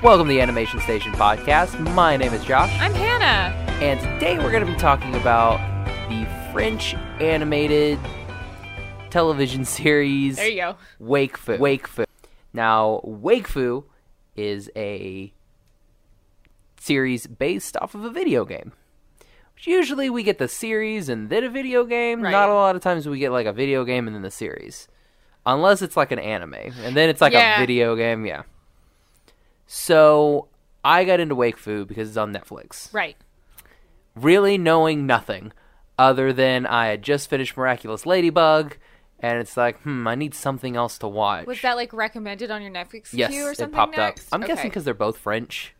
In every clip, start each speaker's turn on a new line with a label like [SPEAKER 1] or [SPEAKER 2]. [SPEAKER 1] Welcome to the Animation Station podcast. My name is Josh,
[SPEAKER 2] I'm Hannah.
[SPEAKER 1] and today we're going to be talking about the French animated television series
[SPEAKER 2] There you go.
[SPEAKER 1] Wakefu. Wakefu. Now, Wakefu is a series based off of a video game. Which Usually we get the series and then a video game.
[SPEAKER 2] Right.
[SPEAKER 1] Not a lot of times we get like a video game and then the series. Unless it's like an anime. And then it's like a
[SPEAKER 2] Yeah.
[SPEAKER 1] video game, yeah. So I got into Wakefu because it's on Netflix
[SPEAKER 2] Right.
[SPEAKER 1] really knowing nothing other than I had just finished Miraculous Ladybug, and it's like, hmm, I need something else to watch.
[SPEAKER 2] Was that like recommended on your Netflix
[SPEAKER 1] yes?
[SPEAKER 2] queue or
[SPEAKER 1] it
[SPEAKER 2] something?
[SPEAKER 1] popped
[SPEAKER 2] next?
[SPEAKER 1] up. I'm guessing guessing
[SPEAKER 2] Okay.
[SPEAKER 1] because they're both French,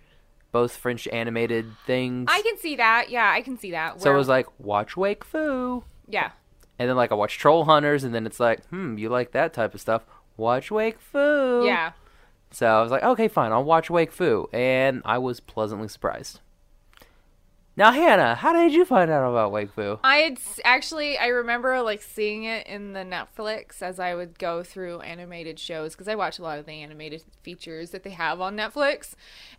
[SPEAKER 1] both French animated things.
[SPEAKER 2] I can see that. Yeah, I can see that.
[SPEAKER 1] so it
[SPEAKER 2] Where-
[SPEAKER 1] was like, watch Wake Fu,
[SPEAKER 2] yeah,
[SPEAKER 1] and then like I watched Troll Hunters, and then it's like, hmm, you like that type of stuff. Watch Wake Fu.
[SPEAKER 2] yeah.
[SPEAKER 1] So I was like, okay, fine, I'll watch Wake Fu, and I was pleasantly surprised. Now, Hannah, how did you find out about Wake Fu?
[SPEAKER 2] I had s- actually I remember like seeing it in the Netflix as I would go through animated shows because I watch a lot of the animated features that they have on Netflix,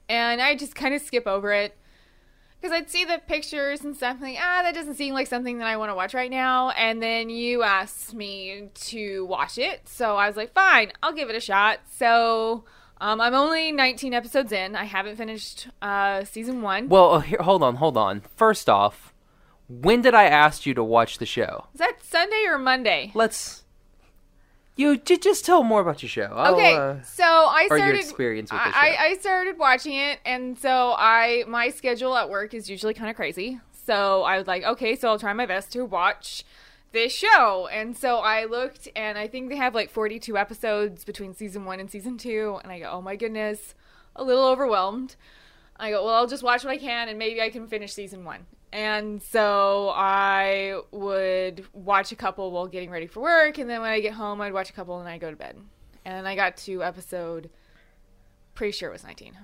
[SPEAKER 2] and I just kind of skip over it because I'd see the pictures and stuff like ah that doesn't seem like something that I want to watch right now, and then you asked me to watch it, so I was like fine I'll give it a shot. So um, I'm only 19 episodes in. I haven't finished uh, season one.
[SPEAKER 1] Well, uh, here, hold on, hold on. First off, when did I ask you to watch the show?
[SPEAKER 2] Is that Sunday or Monday?
[SPEAKER 1] Let's. You j- just tell more about your show. I'll,
[SPEAKER 2] Okay,
[SPEAKER 1] uh,
[SPEAKER 2] so I
[SPEAKER 1] or
[SPEAKER 2] started
[SPEAKER 1] your experience with the
[SPEAKER 2] I,
[SPEAKER 1] show.
[SPEAKER 2] I I started watching it, and so I my schedule at work is usually kind of crazy. So I was like, okay, so I'll try my best to watch this show. And so I looked, and I think they have like 42 episodes between season one and season two. And I go, oh my goodness, a little overwhelmed. I go, well, I'll just watch what I can, and maybe I can finish season one. And so I would watch a couple while getting ready for work, and then when I get home, I'd watch a couple, and I go to bed. And I got to episode, pretty sure it was 19.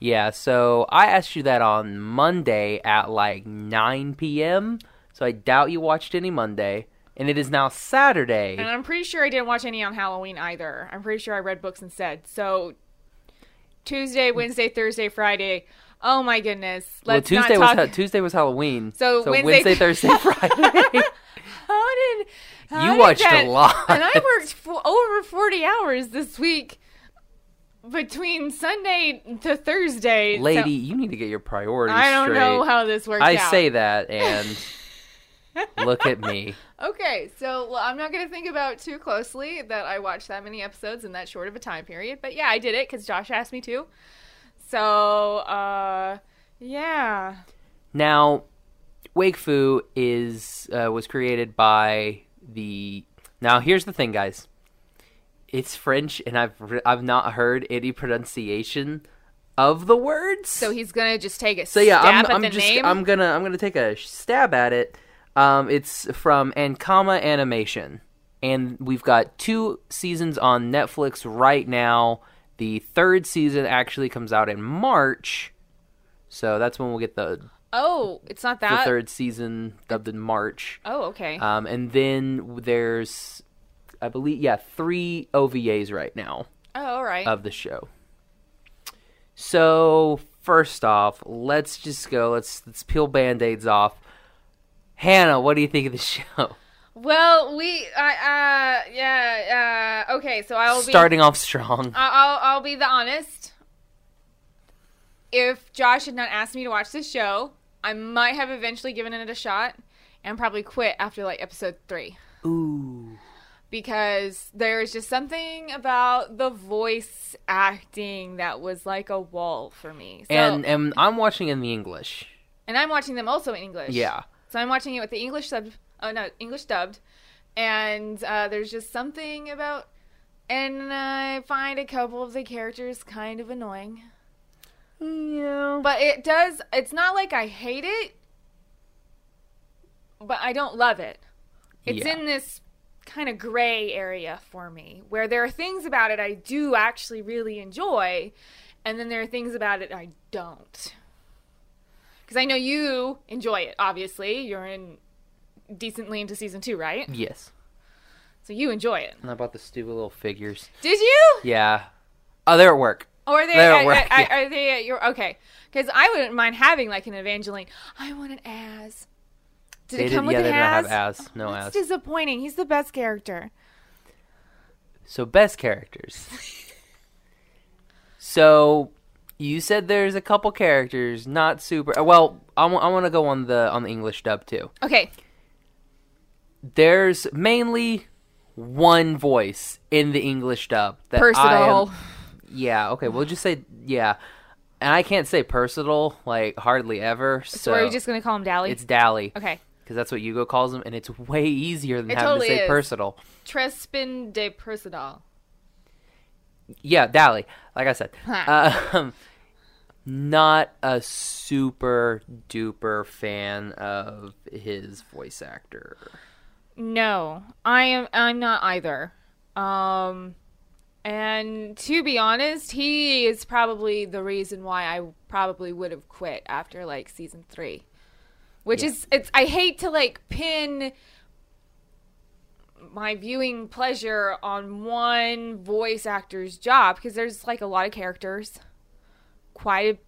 [SPEAKER 1] yeah, so I asked you that on Monday at like 9 p.m., so I doubt you watched any Monday. And it is now Saturday.
[SPEAKER 2] And I'm pretty sure I didn't watch any on Halloween either. I'm pretty sure I read books instead. So Tuesday, Wednesday, Thursday, Friday. Oh my goodness.
[SPEAKER 1] well,
[SPEAKER 2] Let's
[SPEAKER 1] Tuesday
[SPEAKER 2] not talk.
[SPEAKER 1] was ha- Tuesday was Halloween.
[SPEAKER 2] So
[SPEAKER 1] Wednesday,
[SPEAKER 2] Wednesday-
[SPEAKER 1] Thursday, Friday.
[SPEAKER 2] how did how
[SPEAKER 1] You
[SPEAKER 2] did
[SPEAKER 1] watched a
[SPEAKER 2] that-
[SPEAKER 1] lot.
[SPEAKER 2] and I worked for over forty hours this week between Sunday to Thursday. so
[SPEAKER 1] Lady, you need to get your priorities
[SPEAKER 2] I don't
[SPEAKER 1] straight.
[SPEAKER 2] know how this works.
[SPEAKER 1] I
[SPEAKER 2] out.
[SPEAKER 1] say that, and look at me.
[SPEAKER 2] Okay, so well, I'm not going to think about too closely that I watched that many episodes in that short of a time period. But yeah, I did it because Josh asked me to. So, uh, yeah.
[SPEAKER 1] Now, Wake Fu is uh, was created by the. Now, here's the thing, guys. It's French, and I've re- I've not heard any pronunciation of the words.
[SPEAKER 2] So he's going to just take a
[SPEAKER 1] So yeah,
[SPEAKER 2] stab
[SPEAKER 1] I'm,
[SPEAKER 2] at
[SPEAKER 1] I'm
[SPEAKER 2] the
[SPEAKER 1] just
[SPEAKER 2] name.
[SPEAKER 1] I'm gonna I'm gonna take a sh- stab at it. Um, it's from Ankama Animation, and we've got two seasons on Netflix right now. The third season actually comes out in March, so that's when we'll get the
[SPEAKER 2] oh, it's not
[SPEAKER 1] the
[SPEAKER 2] that.
[SPEAKER 1] third season dubbed in March.
[SPEAKER 2] Oh, okay.
[SPEAKER 1] Um, and then there's, I believe, yeah, three OVAs right now
[SPEAKER 2] oh, all right.
[SPEAKER 1] of the show. So first off, let's just go. Let's let's peel band-aids off. Hannah, what do you think of the show?
[SPEAKER 2] well, we, I, uh, yeah, uh, okay. So I will be
[SPEAKER 1] Starting off strong.
[SPEAKER 2] I- I'll, I'll be the honest. If Josh had not asked me to watch this show, I might have eventually given it a shot. and probably quit after like episode three
[SPEAKER 1] Ooh.
[SPEAKER 2] because there's just something about the voice acting that was like a wall for me. So,
[SPEAKER 1] And and I'm watching in the English.
[SPEAKER 2] and I'm watching them also in English.
[SPEAKER 1] Yeah.
[SPEAKER 2] So I'm watching it with the English sub. Oh no, English dubbed. And uh, there's just something about, and I find a couple of the characters kind of annoying.
[SPEAKER 1] Yeah.
[SPEAKER 2] But it does. It's not like I hate it, but I don't love it. It's
[SPEAKER 1] Yeah.
[SPEAKER 2] in this kind of gray area for me where there are things about it I do actually really enjoy, and then there are things about it I don't. Because I know you enjoy it, obviously. You're in decently into season two, right?
[SPEAKER 1] Yes.
[SPEAKER 2] So you enjoy it.
[SPEAKER 1] And I bought the stupid little figures.
[SPEAKER 2] Did you?
[SPEAKER 1] Yeah. Oh, they're at work.
[SPEAKER 2] Or are they?
[SPEAKER 1] They don't
[SPEAKER 2] I- I-
[SPEAKER 1] work,
[SPEAKER 2] I-
[SPEAKER 1] yeah.
[SPEAKER 2] Are they? at your okay? Because I wouldn't mind having like an Evangeline. I want an As. Did
[SPEAKER 1] They
[SPEAKER 2] it
[SPEAKER 1] did-
[SPEAKER 2] come
[SPEAKER 1] yeah,
[SPEAKER 2] with
[SPEAKER 1] they
[SPEAKER 2] an
[SPEAKER 1] didn't have
[SPEAKER 2] As?
[SPEAKER 1] As. No
[SPEAKER 2] That's
[SPEAKER 1] As.
[SPEAKER 2] disappointing. He's the best character.
[SPEAKER 1] So best characters. so you said there's a couple characters not super. uh, Well, I want to go on the on the English dub too.
[SPEAKER 2] Okay.
[SPEAKER 1] There's mainly one voice in the English dub that I am-
[SPEAKER 2] Personal.
[SPEAKER 1] yeah. Okay. We'll just say yeah. And I can't say personal like hardly ever. So,
[SPEAKER 2] so are you just gonna call him Dally?
[SPEAKER 1] it's Dally.
[SPEAKER 2] okay.
[SPEAKER 1] Because that's what Hugo calls him, and it's way easier than
[SPEAKER 2] It
[SPEAKER 1] having
[SPEAKER 2] totally
[SPEAKER 1] to say
[SPEAKER 2] is.
[SPEAKER 1] personal.
[SPEAKER 2] Trespin de Personal.
[SPEAKER 1] yeah, Dally. Like I said,
[SPEAKER 2] Huh.
[SPEAKER 1] um, not a super duper fan of his voice actor.
[SPEAKER 2] No, I am. I'm not either. Um, and to be honest, he is probably the reason why I probably would have quit after like season three, which is it's. I hate to like pin my viewing pleasure on one voice actor's job because there's like a lot of characters, quite a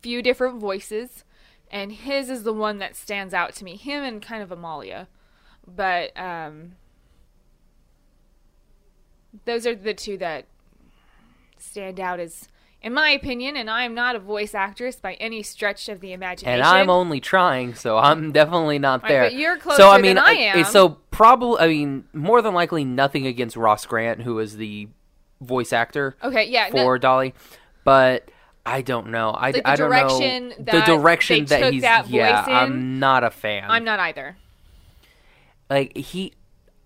[SPEAKER 2] few different voices, and his is the one that stands out to me. Him and kind of Amalia but um those are the two that stand out as in my opinion and i'm not a voice actress by any stretch of the imagination
[SPEAKER 1] And I'm only trying, so I'm definitely not
[SPEAKER 2] Right,
[SPEAKER 1] there.
[SPEAKER 2] but you're
[SPEAKER 1] so I
[SPEAKER 2] closer
[SPEAKER 1] mean,
[SPEAKER 2] than I am.
[SPEAKER 1] It's so probably, I mean, more than likely, nothing against Ross Grant, who is the voice actor
[SPEAKER 2] okay yeah no,
[SPEAKER 1] for Dolly, but. I don't know. I,
[SPEAKER 2] Like the
[SPEAKER 1] I don't
[SPEAKER 2] direction
[SPEAKER 1] know the
[SPEAKER 2] that
[SPEAKER 1] direction
[SPEAKER 2] they
[SPEAKER 1] that
[SPEAKER 2] took
[SPEAKER 1] he's.
[SPEAKER 2] that
[SPEAKER 1] yeah,
[SPEAKER 2] voice in,
[SPEAKER 1] I'm not a fan.
[SPEAKER 2] i'm not either
[SPEAKER 1] like he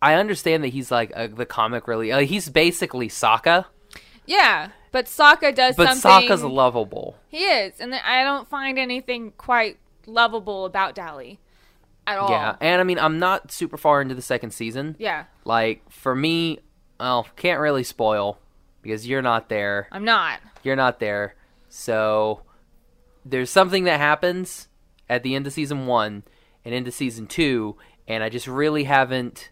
[SPEAKER 1] i understand that he's like a, the comic really like, he's basically Sokka,
[SPEAKER 2] yeah but Sokka does
[SPEAKER 1] but
[SPEAKER 2] something
[SPEAKER 1] Sokka's lovable
[SPEAKER 2] he is and i don't find anything quite lovable about dali at all
[SPEAKER 1] yeah and i mean i'm not super far into the second season
[SPEAKER 2] yeah
[SPEAKER 1] like for me well can't really spoil because you're not there
[SPEAKER 2] i'm not
[SPEAKER 1] you're not there so there's something that happens at the end of season one and into season two and i just really haven't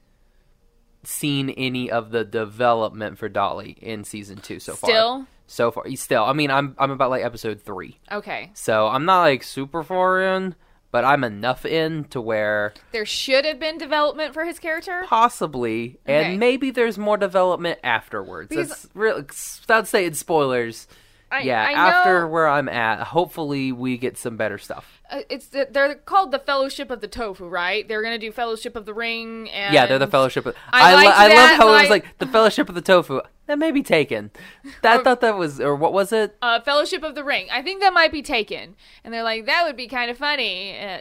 [SPEAKER 1] seen any of the development for dolly in season two so far
[SPEAKER 2] still
[SPEAKER 1] so far. Still, I mean, I'm I'm about like episode three,
[SPEAKER 2] okay
[SPEAKER 1] so I'm not like super far in, but I'm enough in to where
[SPEAKER 2] there should have been development for his character
[SPEAKER 1] possibly,
[SPEAKER 2] Okay.
[SPEAKER 1] and maybe there's more development afterwards.
[SPEAKER 2] Because-
[SPEAKER 1] That's really without saying spoilers.
[SPEAKER 2] I,
[SPEAKER 1] yeah,
[SPEAKER 2] I know-
[SPEAKER 1] after where I'm at, hopefully we get some better stuff.
[SPEAKER 2] Uh, it's the, they're called the Fellowship of the Tofu, right? They're gonna do Fellowship of the Ring and
[SPEAKER 1] yeah, they're the Fellowship. Of,
[SPEAKER 2] I
[SPEAKER 1] lo-
[SPEAKER 2] liked
[SPEAKER 1] I
[SPEAKER 2] that,
[SPEAKER 1] love how it was
[SPEAKER 2] like- Oh.
[SPEAKER 1] like the Fellowship of the Tofu. That may be taken. That, I thought that was, or what was it?
[SPEAKER 2] uh, Fellowship of the Ring. I think that might be taken, and they're like that would be kind of funny. Uh,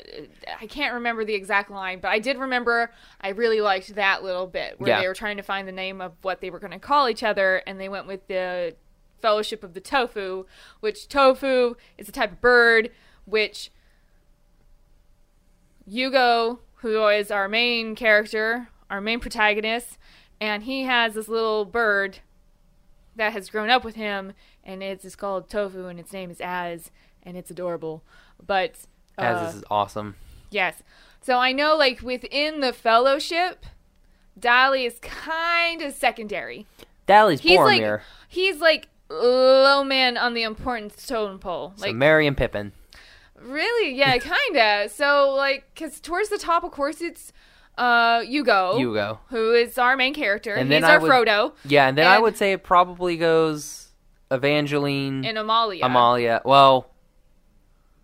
[SPEAKER 2] I can't remember the exact line, but I did remember I really liked that little bit where
[SPEAKER 1] Yeah.
[SPEAKER 2] they were trying to find the name of what they were gonna call each other, and they went with the Fellowship of the Tofu, which tofu is a type of bird which Yugo, who is our main character, our main protagonist, and he has this little bird that has grown up with him, and it's, it's called Tofu, and its name is Az, and it's adorable. But uh,
[SPEAKER 1] As this is awesome.
[SPEAKER 2] yes, so I know like within the fellowship, Dolly is kind of secondary.
[SPEAKER 1] Dally's
[SPEAKER 2] He's like
[SPEAKER 1] Boromir,
[SPEAKER 2] he's like low man on the importance totem pole.
[SPEAKER 1] so
[SPEAKER 2] Like
[SPEAKER 1] Merry and Pippin.
[SPEAKER 2] Really? Yeah, kinda. so like, cause towards the top, of course, it's uh Hugo,
[SPEAKER 1] Hugo.
[SPEAKER 2] who is our main character.
[SPEAKER 1] And
[SPEAKER 2] He's
[SPEAKER 1] then I
[SPEAKER 2] our
[SPEAKER 1] would-
[SPEAKER 2] Frodo
[SPEAKER 1] Yeah, and then I
[SPEAKER 2] And-
[SPEAKER 1] would say it probably goes Evangeline,
[SPEAKER 2] and Amalia.
[SPEAKER 1] Amalia. Well,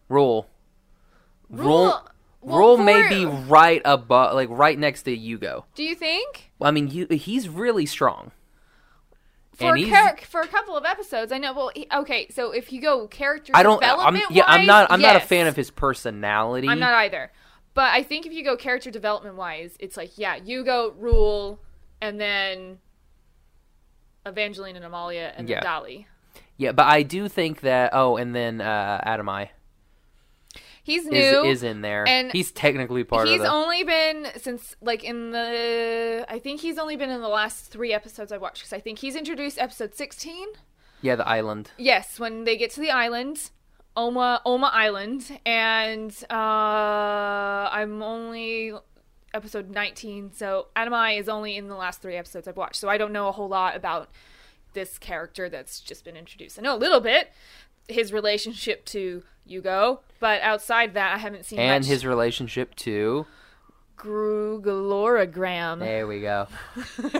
[SPEAKER 1] Rule.
[SPEAKER 2] Rule- Well,
[SPEAKER 1] Roll may
[SPEAKER 2] for-
[SPEAKER 1] be right above, like right next to Yugo.
[SPEAKER 2] Do you think
[SPEAKER 1] Well, I mean, you, he's really strong.
[SPEAKER 2] for
[SPEAKER 1] he's-
[SPEAKER 2] Kirk for a couple of episodes? I know. Well, he, okay, so if you go character
[SPEAKER 1] I don't. I'm,
[SPEAKER 2] development,
[SPEAKER 1] yeah, I'm not. I'm not a fan
[SPEAKER 2] yes.
[SPEAKER 1] of his personality.
[SPEAKER 2] I'm not either. But I think if you go character development wise, it's like yeah, you go Rule, and then Evangeline and Amalia, and
[SPEAKER 1] Yeah.
[SPEAKER 2] then Dolly.
[SPEAKER 1] Yeah, but I do think that. Oh, and then uh, Adamai
[SPEAKER 2] He's new.
[SPEAKER 1] is is in there.
[SPEAKER 2] and
[SPEAKER 1] he's technically part
[SPEAKER 2] he's
[SPEAKER 1] of the.
[SPEAKER 2] only been since like in the I think he's only been in the last three episodes I watched because I think he's introduced episode sixteen.
[SPEAKER 1] yeah, the island.
[SPEAKER 2] Yes, when they get to the island, Oma Oma Island, and uh, I'm only episode 19, so Adamai is only in the last three episodes I've watched, so I don't know a whole lot about this character that's just been introduced. I know a little bit his relationship to Yugo, but outside that, I haven't seen
[SPEAKER 1] And
[SPEAKER 2] much
[SPEAKER 1] his relationship to.
[SPEAKER 2] Grugaloragram.
[SPEAKER 1] There we go.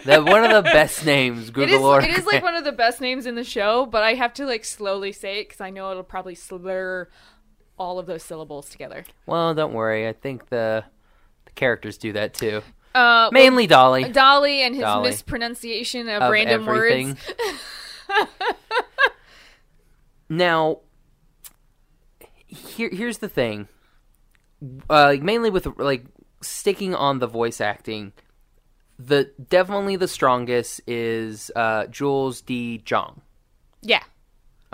[SPEAKER 1] that one of the best names,
[SPEAKER 2] It is,
[SPEAKER 1] Google or
[SPEAKER 2] it is like one of the best names in the show, but I have to like slowly say it because I know it'll probably slur all of those syllables together.
[SPEAKER 1] Well, don't worry. I think the the characters do that too.
[SPEAKER 2] Uh,
[SPEAKER 1] Mainly Dolly.
[SPEAKER 2] Dolly and his
[SPEAKER 1] Dolly.
[SPEAKER 2] mispronunciation of,
[SPEAKER 1] of
[SPEAKER 2] random
[SPEAKER 1] everything.
[SPEAKER 2] words.
[SPEAKER 1] now, here here's the thing. Uh, mainly with like sticking on the voice acting, the definitely the strongest is uh, Jules D. Jong.
[SPEAKER 2] Yeah,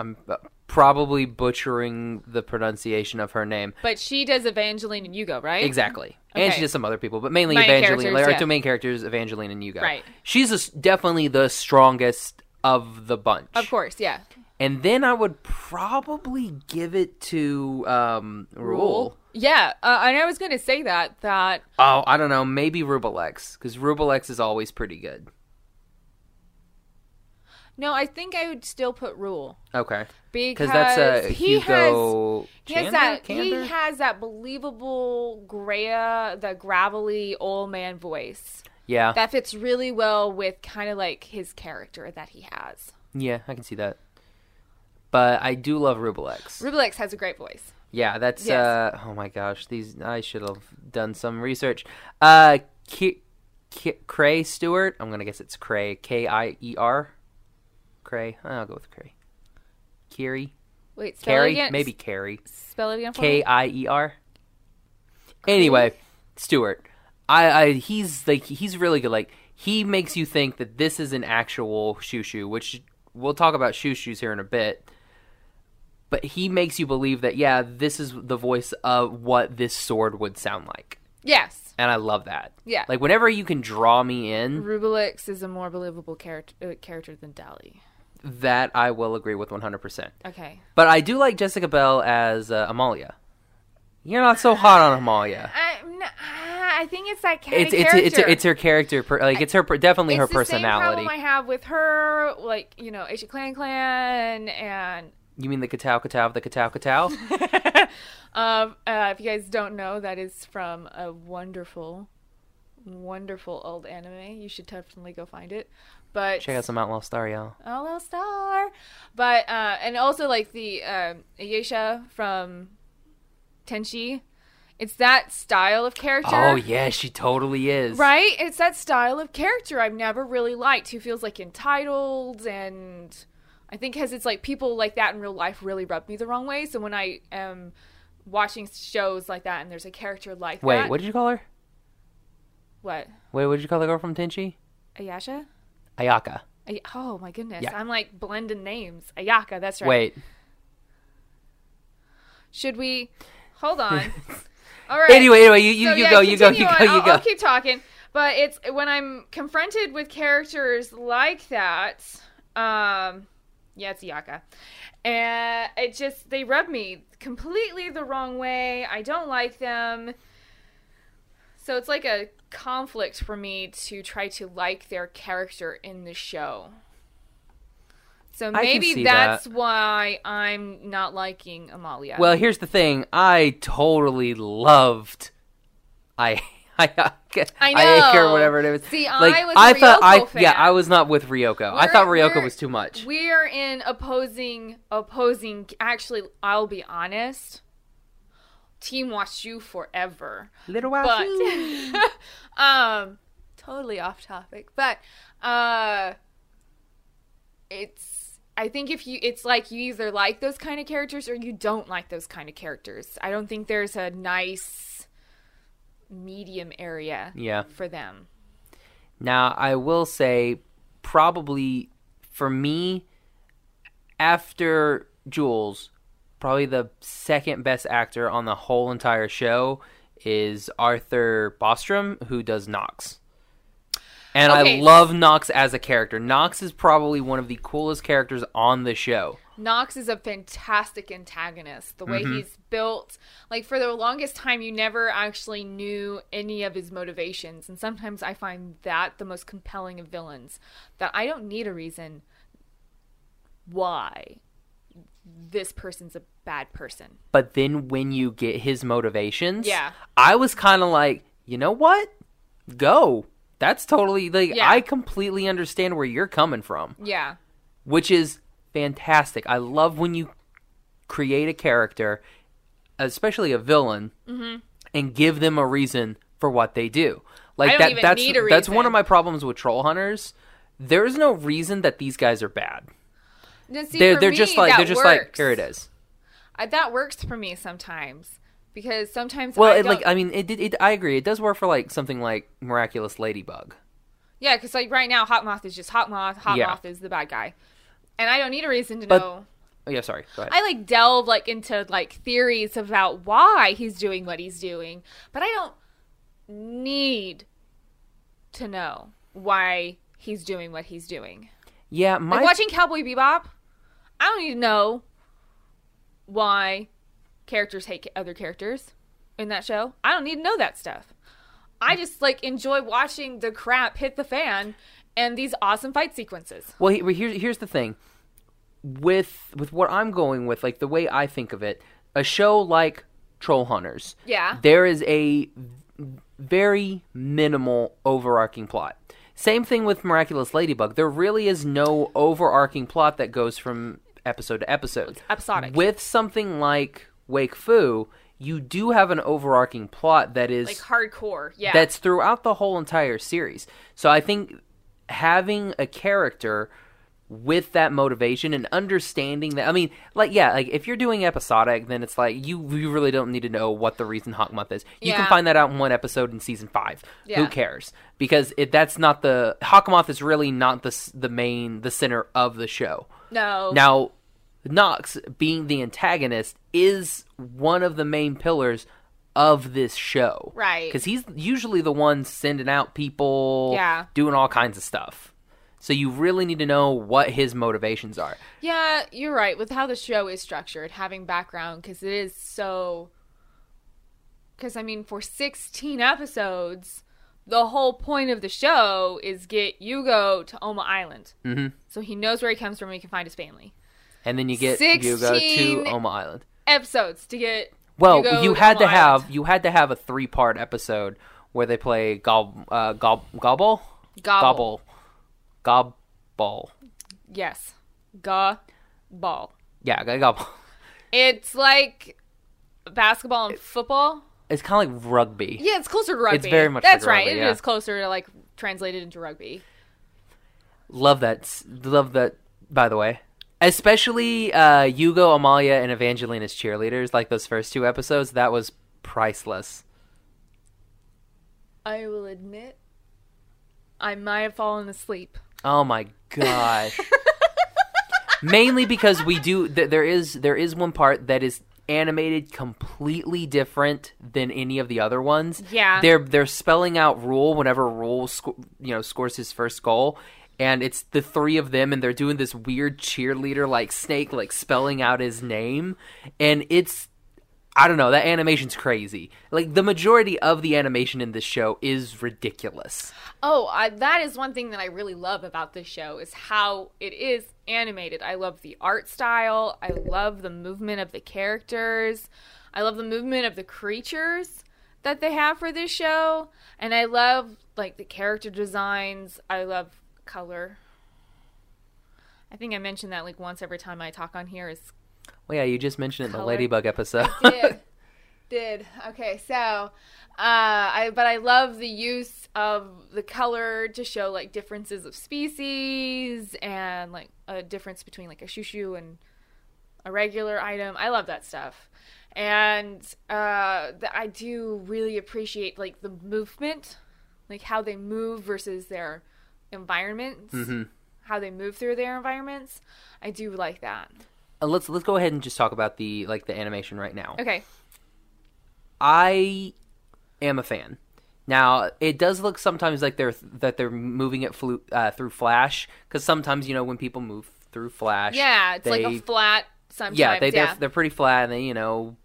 [SPEAKER 1] I'm uh, probably butchering the pronunciation of her name.
[SPEAKER 2] but she does Evangeline and Hugo, right?
[SPEAKER 1] Exactly. And she
[SPEAKER 2] Okay.
[SPEAKER 1] does some other people, but mainly
[SPEAKER 2] Main
[SPEAKER 1] Evangeline.
[SPEAKER 2] characters,
[SPEAKER 1] Like, our
[SPEAKER 2] yeah.
[SPEAKER 1] two main characters, Evangeline and Yuga.
[SPEAKER 2] Right.
[SPEAKER 1] She's a s definitely the strongest of the bunch.
[SPEAKER 2] Of course, yeah.
[SPEAKER 1] And then I would probably give it to um, Rule.
[SPEAKER 2] Yeah, uh, and I was going to say that that
[SPEAKER 1] Oh, I don't know. Maybe Rubelex, because Rubelex is always pretty good.
[SPEAKER 2] no, I think I would still put Rule
[SPEAKER 1] Okay.
[SPEAKER 2] because
[SPEAKER 1] Because that's a
[SPEAKER 2] he has
[SPEAKER 1] Hugo.
[SPEAKER 2] he has
[SPEAKER 1] Chandler?
[SPEAKER 2] that
[SPEAKER 1] Kander?
[SPEAKER 2] he has that believable grea the gravelly old man voice
[SPEAKER 1] yeah.
[SPEAKER 2] that fits really well with kind of like his character that he has.
[SPEAKER 1] yeah, I can see that. But I do love Rubelex.
[SPEAKER 2] Rubelix has a great voice.
[SPEAKER 1] Yeah, that's
[SPEAKER 2] Yes.
[SPEAKER 1] uh oh my gosh, these I should have done some research. Uh K- K- Cray Stewart, I'm going to guess it's Cray, K I E R. Cray. I'll go with Cray. Kiri,
[SPEAKER 2] Wait, spell it
[SPEAKER 1] Carrie,
[SPEAKER 2] again.
[SPEAKER 1] maybe Carrie.
[SPEAKER 2] spell it again for me.
[SPEAKER 1] K I E R. Anyway, Stewart. I, I he's like he's really good. Like he makes you think that this is an actual shoo, which we'll talk about shoo-shoos here in a bit. But he makes you believe that yeah, this is the voice of what this sword would sound like.
[SPEAKER 2] Yes.
[SPEAKER 1] And I love that.
[SPEAKER 2] Yeah.
[SPEAKER 1] Like whenever you can draw me in,
[SPEAKER 2] Rubelix is a more believable character uh, character than Dolly.
[SPEAKER 1] that I will agree with 100%.
[SPEAKER 2] Okay.
[SPEAKER 1] But I do like Jessica Bell as uh, Amalia. You're not so hot on Amalia.
[SPEAKER 2] I n- uh, I think it's that kind
[SPEAKER 1] it's
[SPEAKER 2] of
[SPEAKER 1] it's
[SPEAKER 2] character.
[SPEAKER 1] it's it's her character per, like it's her per, definitely her
[SPEAKER 2] It's the same
[SPEAKER 1] personality.
[SPEAKER 2] problem I have with her, like you know, Asia Clan Clan, and
[SPEAKER 1] You mean the Katow Katow of the Katow Katow?
[SPEAKER 2] um, uh, if you guys don't know, that is from a wonderful, wonderful old anime. You should definitely go find it. But
[SPEAKER 1] Check out some Outlaw Star, y'all.
[SPEAKER 2] LL Star. But uh, and also like the um, Ayesha from Tenchi. It's that style of character.
[SPEAKER 1] Oh yeah, she totally is.
[SPEAKER 2] Right? It's that style of character I've never really liked who feels like entitled and I think because it's like people like that in real life really rub me the wrong way. So when I am watching shows like that and there's a character like
[SPEAKER 1] Wait,
[SPEAKER 2] that.
[SPEAKER 1] what did you call her?
[SPEAKER 2] What?
[SPEAKER 1] Wait, what did you call the girl from Tenchi?
[SPEAKER 2] Ayasha?
[SPEAKER 1] Ayaka.
[SPEAKER 2] Ay- oh my goodness.
[SPEAKER 1] Yeah.
[SPEAKER 2] I'm like blending names. Ayaka, that's right.
[SPEAKER 1] Wait.
[SPEAKER 2] Should we hold on? All right.
[SPEAKER 1] Anyway, anyway, you you,
[SPEAKER 2] So,
[SPEAKER 1] you,
[SPEAKER 2] yeah,
[SPEAKER 1] go, you go, you
[SPEAKER 2] continue
[SPEAKER 1] go,
[SPEAKER 2] on. Oh,
[SPEAKER 1] you
[SPEAKER 2] I'll,
[SPEAKER 1] go,
[SPEAKER 2] I'll keep talking, but it's when I'm confronted with characters like that. Um, yeah, it's Yaka, and it just they rub me completely the wrong way. I don't like them, so it's like a conflict for me to try to like their character in the show. So
[SPEAKER 1] can
[SPEAKER 2] maybe
[SPEAKER 1] see
[SPEAKER 2] that's
[SPEAKER 1] that.
[SPEAKER 2] why I'm not liking Amalia.
[SPEAKER 1] Well, here's the thing. I totally loved. I. I,
[SPEAKER 2] I
[SPEAKER 1] Ayaka or
[SPEAKER 2] know.
[SPEAKER 1] whatever it is.
[SPEAKER 2] See,
[SPEAKER 1] like,
[SPEAKER 2] I was a
[SPEAKER 1] I thought I
[SPEAKER 2] Ryoko
[SPEAKER 1] yeah,
[SPEAKER 2] fan.
[SPEAKER 1] I was not with Ryoko. I
[SPEAKER 2] We're-
[SPEAKER 1] thought Ryoko
[SPEAKER 2] we're-
[SPEAKER 1] was too much.
[SPEAKER 2] We're in opposing opposing actually I'll be honest. Team Washu forever.
[SPEAKER 1] Little
[SPEAKER 2] But
[SPEAKER 1] Washu.
[SPEAKER 2] um totally off topic, but uh it's I think if you it's like you either like those kind of characters or you don't like those kind of characters. I don't think there's a nice medium area
[SPEAKER 1] Yeah.
[SPEAKER 2] for them.
[SPEAKER 1] Now, I will say, probably for me, after Jules, probably the second best actor on the whole entire show is Arthur Bostrom, who does Knox. And
[SPEAKER 2] Okay.
[SPEAKER 1] I love Knox as a character. Knox is probably one of the coolest characters on the show.
[SPEAKER 2] Knox is a fantastic antagonist. The way
[SPEAKER 1] Mm-hmm.
[SPEAKER 2] he's built, like for the longest time, you never actually knew any of his motivations. And sometimes I find that the most compelling of villains that I don't need a reason why this person's a bad person.
[SPEAKER 1] But then when you get his motivations,
[SPEAKER 2] Yeah.
[SPEAKER 1] I was kind of like, you know what? Go. That's totally like
[SPEAKER 2] Yeah.
[SPEAKER 1] I completely understand where you're coming from,
[SPEAKER 2] Yeah.
[SPEAKER 1] which is fantastic. I love when you create a character, especially a villain,
[SPEAKER 2] Mm-hmm.
[SPEAKER 1] and give them a reason for what they do. Like
[SPEAKER 2] I don't
[SPEAKER 1] that
[SPEAKER 2] even
[SPEAKER 1] that's
[SPEAKER 2] need a
[SPEAKER 1] that's one of
[SPEAKER 2] reason.
[SPEAKER 1] my problems with troll hunters. There's no reason that these guys are bad.
[SPEAKER 2] Now, see,
[SPEAKER 1] They're
[SPEAKER 2] for
[SPEAKER 1] they're
[SPEAKER 2] me,
[SPEAKER 1] just like
[SPEAKER 2] that
[SPEAKER 1] they're just like
[SPEAKER 2] works.
[SPEAKER 1] here it is.
[SPEAKER 2] I, that works for me sometimes because sometimes
[SPEAKER 1] Well,
[SPEAKER 2] I
[SPEAKER 1] it, like
[SPEAKER 2] don't-
[SPEAKER 1] I mean, it, did- it I agree. It does work for like something like miraculous ladybug.
[SPEAKER 2] yeah, because like right now, Hot Moth is just Hot Moth. Hot
[SPEAKER 1] Yeah.
[SPEAKER 2] Moth is the bad guy, and I don't need a reason to
[SPEAKER 1] But-
[SPEAKER 2] know.
[SPEAKER 1] Oh yeah, sorry. Go ahead.
[SPEAKER 2] I like delve like into like theories about why he's doing what he's doing, but I don't need to know why he's doing what he's doing.
[SPEAKER 1] yeah, my
[SPEAKER 2] Like watching Cowboy Bebop, I don't need to know why characters hate ca- other characters in that show. I don't need to know that stuff. I just like enjoy watching the crap hit the fan and these awesome fight sequences.
[SPEAKER 1] well, he, here, here's the thing. With with what I'm going with, like the way I think of it, a show like Troll Hunters,
[SPEAKER 2] Yeah.
[SPEAKER 1] there is a very minimal overarching plot. Same thing with Miraculous Ladybug. There really is no overarching plot that goes from episode to episode.
[SPEAKER 2] episodic.
[SPEAKER 1] With something like Wake Fu, you do have an overarching plot that is
[SPEAKER 2] Like hardcore. Yeah.
[SPEAKER 1] that's throughout the whole entire series. So I think having a character with that motivation and understanding that I mean, like yeah, like if you're doing episodic, then it's like you you really don't need to know what the reason Hawk Month is. You
[SPEAKER 2] Yeah.
[SPEAKER 1] can find that out in one episode in season five.
[SPEAKER 2] Yeah.
[SPEAKER 1] Who cares? Because it, that's not the Hawk Month is really not the s- the main the center of the show.
[SPEAKER 2] no.
[SPEAKER 1] Now, Knox being the antagonist is one of the main pillars of this show.
[SPEAKER 2] Right.
[SPEAKER 1] Because he's usually the one sending out people,
[SPEAKER 2] Yeah.
[SPEAKER 1] doing all kinds of stuff. So you really need to know what his motivations are.
[SPEAKER 2] Yeah, you're right. With how the show is structured, having background, because it is so. Because, I mean, for 16 episodes, the whole point of the show is get Yugo to Oma Island. Mm-hmm. So he knows where he comes from and he can find his family.
[SPEAKER 1] And then you get Yuga
[SPEAKER 2] 16
[SPEAKER 1] to Oma Island.
[SPEAKER 2] Episodes to get.
[SPEAKER 1] Well,
[SPEAKER 2] Yugo
[SPEAKER 1] you had to
[SPEAKER 2] Oma
[SPEAKER 1] have
[SPEAKER 2] Island.
[SPEAKER 1] you had to have a three part episode where they play gob uh, gob gobble
[SPEAKER 2] Gobble.
[SPEAKER 1] gobble gobble
[SPEAKER 2] Yes. Ga ball.
[SPEAKER 1] yeah gobble.
[SPEAKER 2] It's like basketball and football.
[SPEAKER 1] It's kind of like rugby.
[SPEAKER 2] Yeah, it's closer to rugby.
[SPEAKER 1] very much like
[SPEAKER 2] That's right. It is
[SPEAKER 1] rugby, yeah.
[SPEAKER 2] closer to like translated into rugby.
[SPEAKER 1] Love that. s- Love that. By the way, especially uh, Hugo, Amalia, and Evangelina's cheerleaders. Like those first two episodes, that was priceless.
[SPEAKER 2] I will admit, I might have fallen asleep.
[SPEAKER 1] Oh my gosh. Mainly because we do. Th- there is there is one part that is animated completely different than any of the other ones.
[SPEAKER 2] Yeah.
[SPEAKER 1] They're they're spelling out Rule whenever Rule sc- you know scores his first goal. And it's the three of them, and they're doing this weird cheerleader like snake, like spelling out his name. And it's, I don't know, that animation's crazy. Like, the majority of the animation in this show is ridiculous.
[SPEAKER 2] Oh, I, that is one thing that I really love about this show is how it is animated. I love the art style. I love the movement of the characters. I love the movement of the creatures that they have for this show, and I love like the character designs. I love color. I think I mentioned that like once every time I talk on here is
[SPEAKER 1] Well, yeah, you just mentioned it in
[SPEAKER 2] Color.
[SPEAKER 1] the Ladybug episode.
[SPEAKER 2] did. Did okay. So, uh, I but I love the use of the color to show like differences of species and like a difference between like a shushu and a regular item. I love that stuff, and uh, the, I do really appreciate like the movement, like how they move versus their environments,
[SPEAKER 1] Mm-hmm.
[SPEAKER 2] how they move through their environments. I do like that.
[SPEAKER 1] Uh, let's let's go ahead and just talk about the like the animation right now.
[SPEAKER 2] Okay.
[SPEAKER 1] I am a fan. Now it does look sometimes like they're that they're moving it flu- uh, through Flash because sometimes you know when people move through Flash,
[SPEAKER 2] Yeah, it's like
[SPEAKER 1] they-
[SPEAKER 2] a flat. Sometimes,
[SPEAKER 1] yeah, they
[SPEAKER 2] yeah.
[SPEAKER 1] They're, they're pretty flat and they you know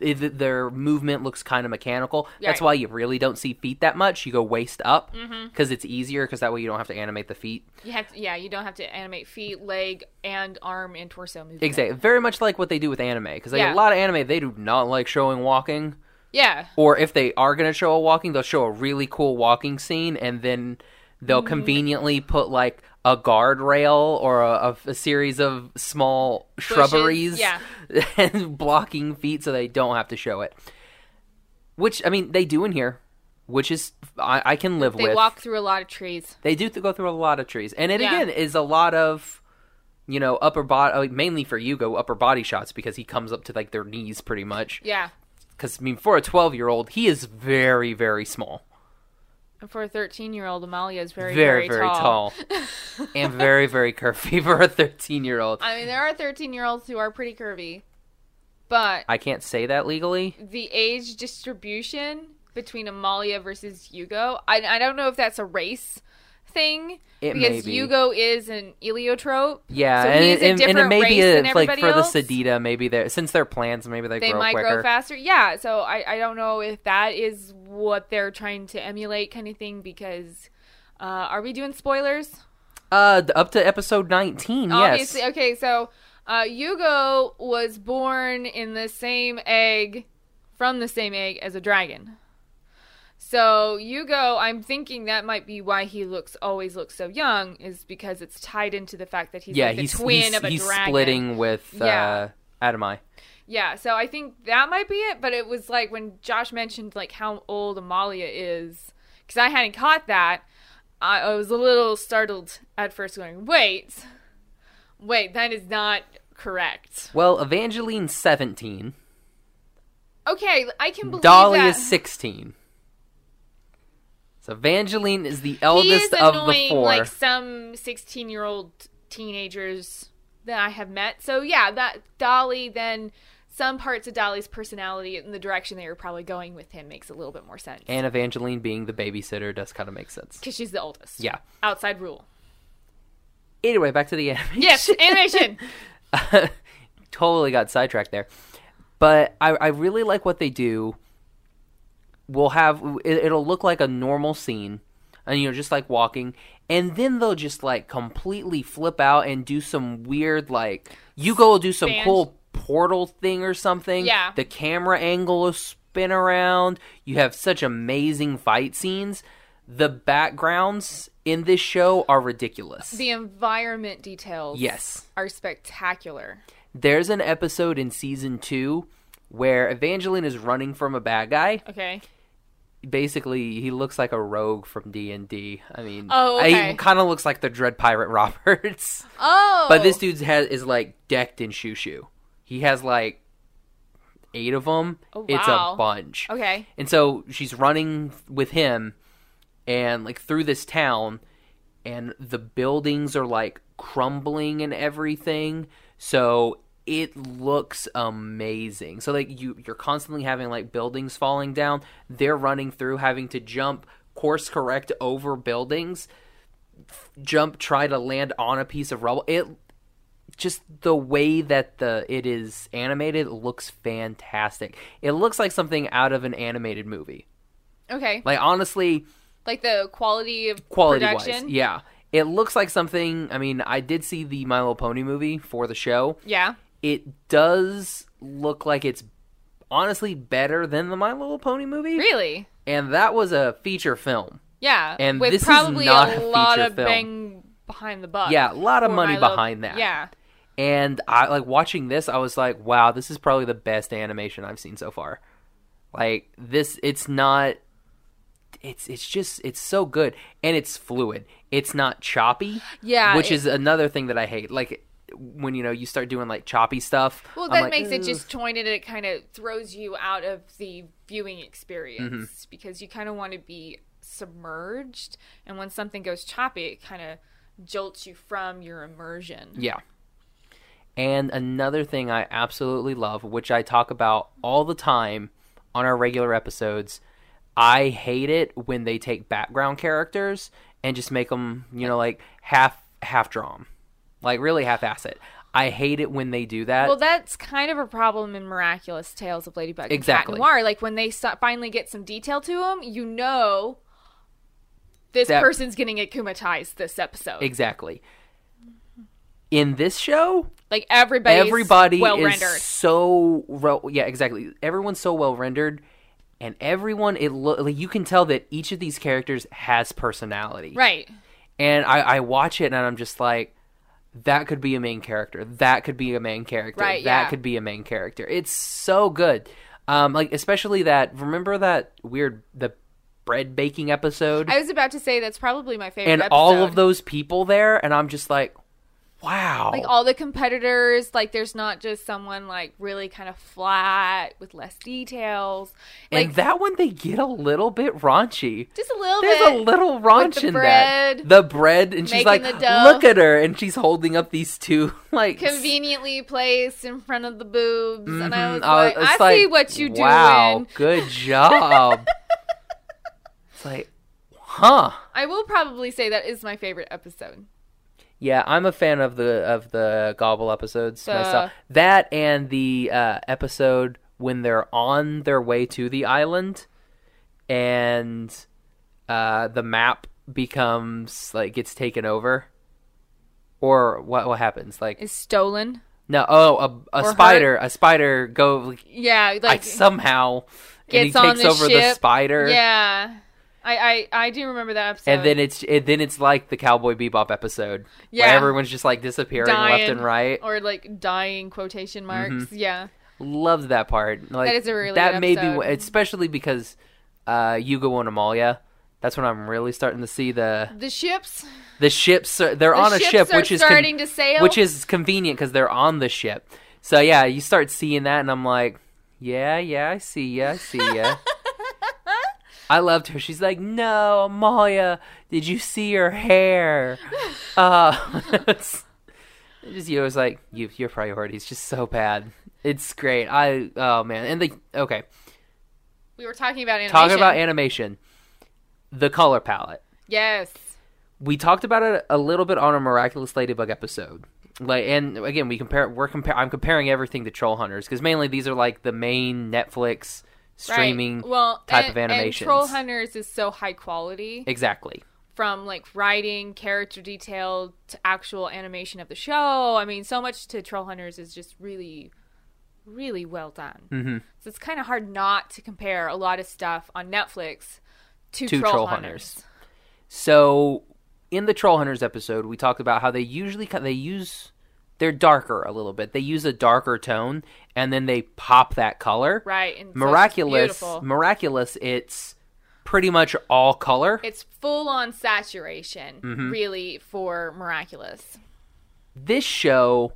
[SPEAKER 1] th- th- their movement looks kind of mechanical. That's
[SPEAKER 2] Right.
[SPEAKER 1] why you really don't see feet that much. You go waist up
[SPEAKER 2] Mm-hmm.
[SPEAKER 1] because it's easier because that way you don't have to animate the feet.
[SPEAKER 2] You have to, yeah, you don't have to animate feet, leg, and arm and torso movement.
[SPEAKER 1] Exactly, very much like what they do with anime because like
[SPEAKER 2] Yeah.
[SPEAKER 1] a lot of anime they do not like showing walking.
[SPEAKER 2] Yeah.
[SPEAKER 1] or if they are going to show a walking, they'll show a really cool walking scene, and then they'll
[SPEAKER 2] Mm-hmm.
[SPEAKER 1] conveniently put like a guardrail or a, a, a series of small shrubberies
[SPEAKER 2] yeah.
[SPEAKER 1] and blocking feet so they don't have to show it. Which I mean, they do in here, which is I, I can live
[SPEAKER 2] They
[SPEAKER 1] with.
[SPEAKER 2] walk through a lot of trees.
[SPEAKER 1] They do th- go through a lot of trees, and it
[SPEAKER 2] Yeah.
[SPEAKER 1] again is a lot of. You know, upper body, mainly for Yugo, upper body shots because he comes up to like their knees pretty much
[SPEAKER 2] Yeah.
[SPEAKER 1] because I mean, for a twelve-year-old, he is very, very small,
[SPEAKER 2] And for a 13 year old, Amalia is very,
[SPEAKER 1] very,
[SPEAKER 2] very,
[SPEAKER 1] very
[SPEAKER 2] tall.
[SPEAKER 1] tall, and very, very curvy for a thirteen-year-old.
[SPEAKER 2] I mean, there are 13 year olds who are pretty curvy, but
[SPEAKER 1] I can't say that legally.
[SPEAKER 2] the age distribution between Amalia versus Yugo, I, I don't know if that's a race thing.
[SPEAKER 1] It may
[SPEAKER 2] because
[SPEAKER 1] be.
[SPEAKER 2] Yugo is an eliotrope.
[SPEAKER 1] Yeah,
[SPEAKER 2] so
[SPEAKER 1] and,
[SPEAKER 2] he's
[SPEAKER 1] and,
[SPEAKER 2] a
[SPEAKER 1] and
[SPEAKER 2] different
[SPEAKER 1] it may be
[SPEAKER 2] race
[SPEAKER 1] a,
[SPEAKER 2] than
[SPEAKER 1] like
[SPEAKER 2] everybody
[SPEAKER 1] for
[SPEAKER 2] else.
[SPEAKER 1] the Sedita, maybe they're since they're plans, maybe they,
[SPEAKER 2] they
[SPEAKER 1] grow
[SPEAKER 2] might
[SPEAKER 1] quicker.
[SPEAKER 2] grow faster. Yeah, so I, I don't know if that is what they're trying to emulate, kind of thing. Because uh, are we doing spoilers?
[SPEAKER 1] Uh, d- up to episode nineteen,
[SPEAKER 2] Obviously,
[SPEAKER 1] yes.
[SPEAKER 2] okay. So uh, Yugo was born in the same egg, from the same egg as a dragon. So Yugo, I'm thinking that might be why he looks always looks so young, is because it's tied into the fact that he's
[SPEAKER 1] Yeah,
[SPEAKER 2] like the
[SPEAKER 1] he's
[SPEAKER 2] twin
[SPEAKER 1] he's,
[SPEAKER 2] of a
[SPEAKER 1] he's
[SPEAKER 2] dragon.
[SPEAKER 1] splitting with
[SPEAKER 2] Yeah.
[SPEAKER 1] uh, Adamai.
[SPEAKER 2] Yeah, so I think that might be it. But it was like when Josh mentioned like how old Amalia is, because I hadn't caught that. I, I was a little startled at first, going, "Wait, wait, that is not correct."
[SPEAKER 1] Well, Evangeline's seventeen,
[SPEAKER 2] Okay, I can believe
[SPEAKER 1] Dolly
[SPEAKER 2] that.
[SPEAKER 1] is sixteen. So Evangeline is the
[SPEAKER 2] He
[SPEAKER 1] eldest
[SPEAKER 2] is
[SPEAKER 1] of the
[SPEAKER 2] annoying
[SPEAKER 1] four.
[SPEAKER 2] like some sixteen-year-old teenagers that I have met. So yeah, that Dolly then. Some parts of Dolly's personality and the direction they were probably going with him makes a little bit more sense.
[SPEAKER 1] and Evangeline being the babysitter does kind of make sense.
[SPEAKER 2] Because she's the oldest.
[SPEAKER 1] Yeah.
[SPEAKER 2] Outside rule.
[SPEAKER 1] Anyway, back to the animation.
[SPEAKER 2] Yes, animation.
[SPEAKER 1] totally got sidetracked there. But I, I really like what they do. We'll have it, it'll look like a normal scene, and you know, just like walking, and then they'll just like completely flip out and do some weird like Yugo will do some
[SPEAKER 2] Band-
[SPEAKER 1] cool portal thing or something.
[SPEAKER 2] Yeah.
[SPEAKER 1] the camera angle will spin around. You have such amazing fight scenes. The backgrounds in this show are ridiculous.
[SPEAKER 2] the environment details
[SPEAKER 1] yes.
[SPEAKER 2] are spectacular.
[SPEAKER 1] There's an episode in season two where Evangeline is running from a bad guy.
[SPEAKER 2] Okay.
[SPEAKER 1] Basically, he looks like a rogue from D and D. I mean,
[SPEAKER 2] Oh, okay.
[SPEAKER 1] he kind of looks like the Dread Pirate Roberts,
[SPEAKER 2] Oh.
[SPEAKER 1] but this dude has is like decked in shoo shoo. He has like eight of them.
[SPEAKER 2] Oh,
[SPEAKER 1] It's
[SPEAKER 2] wow.
[SPEAKER 1] a bunch.
[SPEAKER 2] Okay.
[SPEAKER 1] And so she's running with him and like through this town and the buildings are like crumbling and everything. So it looks amazing. So like you you're constantly having like buildings falling down. They're running through having to jump course correct over buildings. f- Jump try to land on a piece of rubble. It just the way that the it is animated looks fantastic. It looks like something out of an animated movie.
[SPEAKER 2] Okay. Like,
[SPEAKER 1] Like honestly,
[SPEAKER 2] the quality of
[SPEAKER 1] quality wise,
[SPEAKER 2] production.
[SPEAKER 1] yeah, it looks like something. I mean, I did see the My Little Pony movie for the show.
[SPEAKER 2] Yeah.
[SPEAKER 1] It does look like it's honestly better than the My Little Pony movie,
[SPEAKER 2] Really?
[SPEAKER 1] and that was a feature film.
[SPEAKER 2] Yeah.
[SPEAKER 1] And
[SPEAKER 2] With
[SPEAKER 1] this is
[SPEAKER 2] probably
[SPEAKER 1] not
[SPEAKER 2] a
[SPEAKER 1] a
[SPEAKER 2] lot
[SPEAKER 1] feature
[SPEAKER 2] of
[SPEAKER 1] film.
[SPEAKER 2] bang behind the buck.
[SPEAKER 1] Yeah, a lot of
[SPEAKER 2] Uh, for
[SPEAKER 1] money
[SPEAKER 2] my little-
[SPEAKER 1] behind that.
[SPEAKER 2] Yeah.
[SPEAKER 1] And I like watching this. I was like, wow, this is probably the best animation I've seen so far. Like this, it's not. It's it's just it's so good and it's fluid. It's not choppy.
[SPEAKER 2] Yeah,
[SPEAKER 1] which
[SPEAKER 2] it-
[SPEAKER 1] is another thing that I hate. Like when you know you start doing like choppy stuff.
[SPEAKER 2] Well,
[SPEAKER 1] I'm
[SPEAKER 2] that
[SPEAKER 1] like,
[SPEAKER 2] makes it
[SPEAKER 1] "Ugh."
[SPEAKER 2] just joined and it kind of throws you out of the viewing experience
[SPEAKER 1] Mm-hmm.
[SPEAKER 2] because you kind of want to be submerged. And when something goes choppy, it kind of jolts you from your immersion.
[SPEAKER 1] Yeah. And another thing I absolutely love, which I talk about all the time on our regular episodes, I hate it when they take background characters and just make them, you know, like half half drawn, like really half assed. I hate it when they do that.
[SPEAKER 2] Well, that's kind of a problem in Miraculous Tales of Ladybug
[SPEAKER 1] Exactly.
[SPEAKER 2] and Cat Noir. Like when they so- finally get some detail to them, you know this
[SPEAKER 1] That-
[SPEAKER 2] person's getting akumatized this episode.
[SPEAKER 1] exactly. In this show,
[SPEAKER 2] like everybody's
[SPEAKER 1] everybody
[SPEAKER 2] well
[SPEAKER 1] is
[SPEAKER 2] rendered.
[SPEAKER 1] so ro- yeah exactly everyone's so well rendered and everyone it lo- like you can tell that each of these characters has personality
[SPEAKER 2] Right.
[SPEAKER 1] and I, I watch it and i'm just like that could be a main character that could be a main character
[SPEAKER 2] Right,
[SPEAKER 1] that
[SPEAKER 2] yeah.
[SPEAKER 1] could be a main character it's so good um like especially that remember that weird the bread baking episode
[SPEAKER 2] I was about to say that's probably my favorite
[SPEAKER 1] and all
[SPEAKER 2] episode.
[SPEAKER 1] of those people there and i'm just like wow
[SPEAKER 2] like all the competitors like there's not just someone like really kind of flat with less details like
[SPEAKER 1] and that one they get a little bit raunchy
[SPEAKER 2] just a little
[SPEAKER 1] There's
[SPEAKER 2] bit
[SPEAKER 1] a little raunch
[SPEAKER 2] with the
[SPEAKER 1] in
[SPEAKER 2] bread,
[SPEAKER 1] that. The bread, and she's like,
[SPEAKER 2] making the dough.
[SPEAKER 1] look at her, and she's holding up these two like. s-
[SPEAKER 2] conveniently placed in front of the boobs and i was
[SPEAKER 1] Mhm. I
[SPEAKER 2] like
[SPEAKER 1] was-
[SPEAKER 2] i
[SPEAKER 1] it's like,
[SPEAKER 2] see what you
[SPEAKER 1] Wow,
[SPEAKER 2] doing
[SPEAKER 1] good job. it's like, huh?
[SPEAKER 2] i will probably say that is my favorite episode
[SPEAKER 1] Yeah, I'm a fan of the of the gobble episodes
[SPEAKER 2] The-
[SPEAKER 1] myself. That and the uh, episode when they're on their way to the island, and uh, the map becomes like gets taken over, or what what happens? Like
[SPEAKER 2] is stolen
[SPEAKER 1] no, oh a,
[SPEAKER 2] Or
[SPEAKER 1] a spider, a spider go like,
[SPEAKER 2] yeah like,
[SPEAKER 1] somehow and he
[SPEAKER 2] Gets on
[SPEAKER 1] takes
[SPEAKER 2] the
[SPEAKER 1] over the
[SPEAKER 2] ship.
[SPEAKER 1] spider.
[SPEAKER 2] yeah I, I i do remember that episode
[SPEAKER 1] And then it's it, then it's like the Cowboy Bebop episode
[SPEAKER 2] Yeah.
[SPEAKER 1] where everyone's just like disappearing left
[SPEAKER 2] Dying.
[SPEAKER 1] and right. Mm-hmm.
[SPEAKER 2] or like dying quotation marks yeah
[SPEAKER 1] Loved that part. Like,
[SPEAKER 2] is a really
[SPEAKER 1] that
[SPEAKER 2] good
[SPEAKER 1] may be
[SPEAKER 2] episode.
[SPEAKER 1] wh- especially because uh, Yugo and Amalia. That's when I'm really starting to see the
[SPEAKER 2] the ships
[SPEAKER 1] the ships. Are, they're
[SPEAKER 2] The
[SPEAKER 1] on a
[SPEAKER 2] ships
[SPEAKER 1] ship,
[SPEAKER 2] are
[SPEAKER 1] which is
[SPEAKER 2] starting to sail.
[SPEAKER 1] which is convenient because they're on the ship. So yeah, you start seeing that, and I'm like, yeah, yeah, I see ya, I see ya. I loved her. She's like, no, Amalia, did you see her hair? Uh, it's- it just you was like, you, your priorities just so bad. It's great. I oh man, and the okay,
[SPEAKER 2] we were talking about animation.
[SPEAKER 1] talking about animation, the color palette
[SPEAKER 2] yes
[SPEAKER 1] we talked about it a little bit on a miraculous ladybug episode like and again we compare we're compare i'm comparing everything to troll hunters because mainly these are like the main netflix streaming
[SPEAKER 2] right. well
[SPEAKER 1] type
[SPEAKER 2] and,
[SPEAKER 1] of animations
[SPEAKER 2] and troll hunters is so high quality
[SPEAKER 1] exactly
[SPEAKER 2] from like writing character detail to actual animation of the show i mean so much to troll hunters is just really really well done mm-hmm. so it's kind of hard not to compare a lot of stuff on netflix to,
[SPEAKER 1] To
[SPEAKER 2] troll,
[SPEAKER 1] Troll
[SPEAKER 2] hunters,
[SPEAKER 1] so in the troll hunters episode we talked about how they usually ki- they use they're darker a little bit they use a darker tone and then they pop that color
[SPEAKER 2] right and so it's
[SPEAKER 1] miraculous
[SPEAKER 2] beautiful.
[SPEAKER 1] miraculous it's pretty much all color
[SPEAKER 2] it's full on saturation
[SPEAKER 1] Mm-hmm.
[SPEAKER 2] really for miraculous
[SPEAKER 1] this show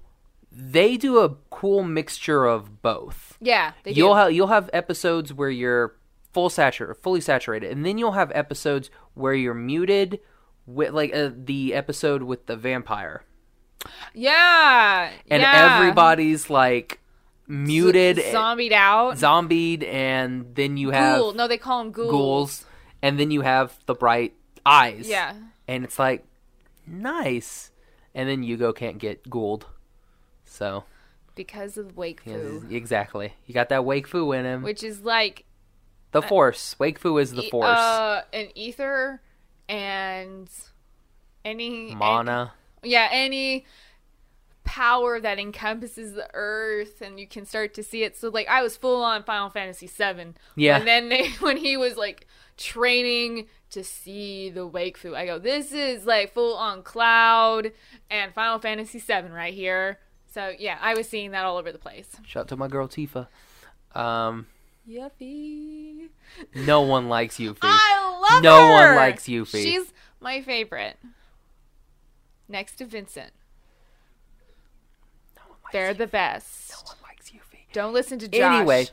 [SPEAKER 1] they do a cool mixture of both
[SPEAKER 2] yeah they do.
[SPEAKER 1] you'll have you'll have episodes where you're full satur fully saturated, and then you'll have episodes where you're muted, with like uh, the episode with the vampire,
[SPEAKER 2] yeah
[SPEAKER 1] and
[SPEAKER 2] yeah.
[SPEAKER 1] everybody's like muted,
[SPEAKER 2] zombied out
[SPEAKER 1] zombied, and then you have
[SPEAKER 2] Ghoul. No, they call them ghouls.
[SPEAKER 1] ghouls, and then you have the bright eyes.
[SPEAKER 2] Yeah.
[SPEAKER 1] and it's like nice, and then Yugo can't get ghouled, so
[SPEAKER 2] because of wake
[SPEAKER 1] yeah,
[SPEAKER 2] foo,
[SPEAKER 1] exactly, you got that wake fu in him.
[SPEAKER 2] which is like
[SPEAKER 1] the force, wake fu is the
[SPEAKER 2] e-
[SPEAKER 1] force.
[SPEAKER 2] uh, an ether and any
[SPEAKER 1] Mana.
[SPEAKER 2] any- yeah, any power that encompasses the earth, and you can start to see it. So like, I was full on Final Fantasy VII.
[SPEAKER 1] Yeah.
[SPEAKER 2] and then they, when he was like training. To see the wake foo, I go. This is like full on cloud and Final Fantasy VII right here. So yeah, I was seeing that all over the place.
[SPEAKER 1] Shout out to my girl Tifa. Um,
[SPEAKER 2] Yuffie.
[SPEAKER 1] No one likes Yuffie.
[SPEAKER 2] I love
[SPEAKER 1] No
[SPEAKER 2] her.
[SPEAKER 1] one likes Yuffie.
[SPEAKER 2] She's my favorite. Next to Vincent. They're the best.
[SPEAKER 1] one likes Yuffie.
[SPEAKER 2] Don't listen to Josh.
[SPEAKER 1] Anyway.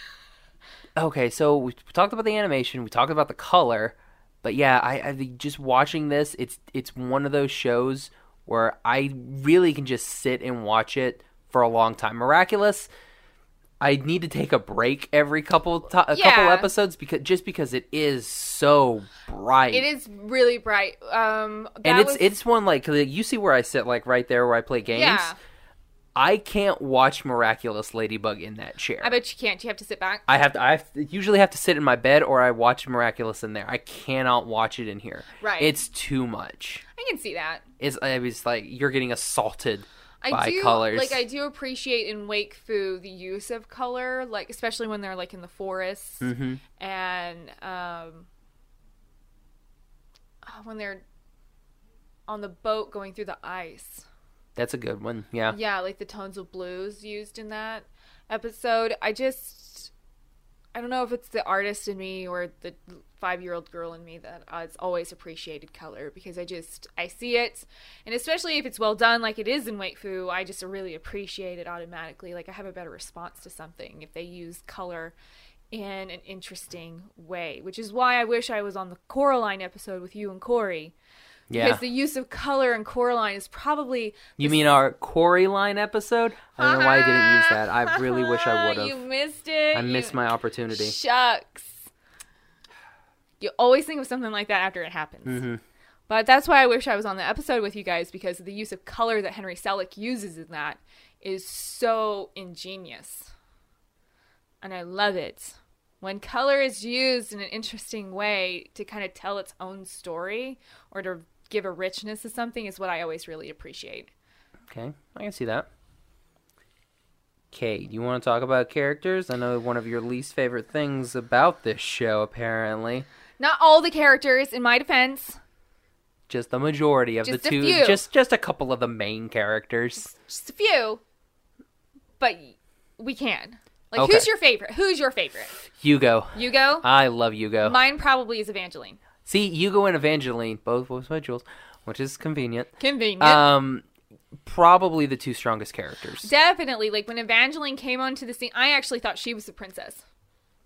[SPEAKER 1] okay, so we talked about the animation, we talked about the color, but yeah, I, I think just watching this, it's it's one of those shows where I really can just sit and watch it for a long time. Miraculous. I need to take a break every couple to- a couple
[SPEAKER 2] Yeah.
[SPEAKER 1] episodes because just because it is so bright.
[SPEAKER 2] it is really bright. Um, that
[SPEAKER 1] and it's
[SPEAKER 2] was-
[SPEAKER 1] it's one like 'cause you see where I sit like right there where I play games.
[SPEAKER 2] yeah.
[SPEAKER 1] I can't watch Miraculous Ladybug in that chair.
[SPEAKER 2] I bet you can't. You have to sit back.
[SPEAKER 1] I have to. I have to- usually have to sit in my bed, or I watch Miraculous in there. I cannot watch it in here.
[SPEAKER 2] Right.
[SPEAKER 1] It's too much.
[SPEAKER 2] I can see that.
[SPEAKER 1] It's. I mean, it's like you're getting assaulted
[SPEAKER 2] I
[SPEAKER 1] by
[SPEAKER 2] do
[SPEAKER 1] colors.
[SPEAKER 2] like. I do appreciate in Wake Fu the use of color, like especially when they're like in the forest
[SPEAKER 1] Mm-hmm.
[SPEAKER 2] and um, oh, when they're on the boat going through the ice.
[SPEAKER 1] That's a good one. Yeah.
[SPEAKER 2] yeah like the tones of blues used in that episode i just i don't know if it's the artist in me or the five year old girl in me that uh, has always appreciated color because i just i see it and especially if it's well done like it is in wake fu i just really appreciate it automatically like i have a better response to something if they use color in an interesting way which is why i wish i was on the coraline episode with you and corey
[SPEAKER 1] Yeah.
[SPEAKER 2] because the use of color in coraline is probably
[SPEAKER 1] you mean our Corey line episode? I don't know why I didn't use that. I really wish I would
[SPEAKER 2] You
[SPEAKER 1] have.
[SPEAKER 2] missed it.
[SPEAKER 1] I missed
[SPEAKER 2] You-
[SPEAKER 1] my opportunity.
[SPEAKER 2] Shucks. You always think of something like that after it happens.
[SPEAKER 1] Mm-hmm.
[SPEAKER 2] But that's why I wish I was on the episode with you guys because the use of color that Henry Selick uses in that is so ingenious. And I love it. When color is used in an interesting way to kind of tell its own story or to give a richness to something is what I always really appreciate.
[SPEAKER 1] Okay, I can see that. Kate, you want to talk about characters? I know one of your least favorite things about this show, apparently.
[SPEAKER 2] Not all the characters, in my defense,
[SPEAKER 1] Just the majority of
[SPEAKER 2] Just
[SPEAKER 1] the
[SPEAKER 2] a
[SPEAKER 1] two,
[SPEAKER 2] few.
[SPEAKER 1] just just a couple of the main characters.
[SPEAKER 2] just a few, but we can. Like,
[SPEAKER 1] Okay. Uh,
[SPEAKER 2] who's your favorite? Who's your favorite?
[SPEAKER 1] Hugo.
[SPEAKER 2] Hugo?
[SPEAKER 1] I love Hugo.
[SPEAKER 2] Mine probably is Evangeline.
[SPEAKER 1] See, Hugo and Evangeline, both was my jewels, which is convenient.
[SPEAKER 2] Convenient.
[SPEAKER 1] Um, probably the two strongest characters.
[SPEAKER 2] Definitely. Like, when Evangeline came onto the scene, I actually thought she was the princess.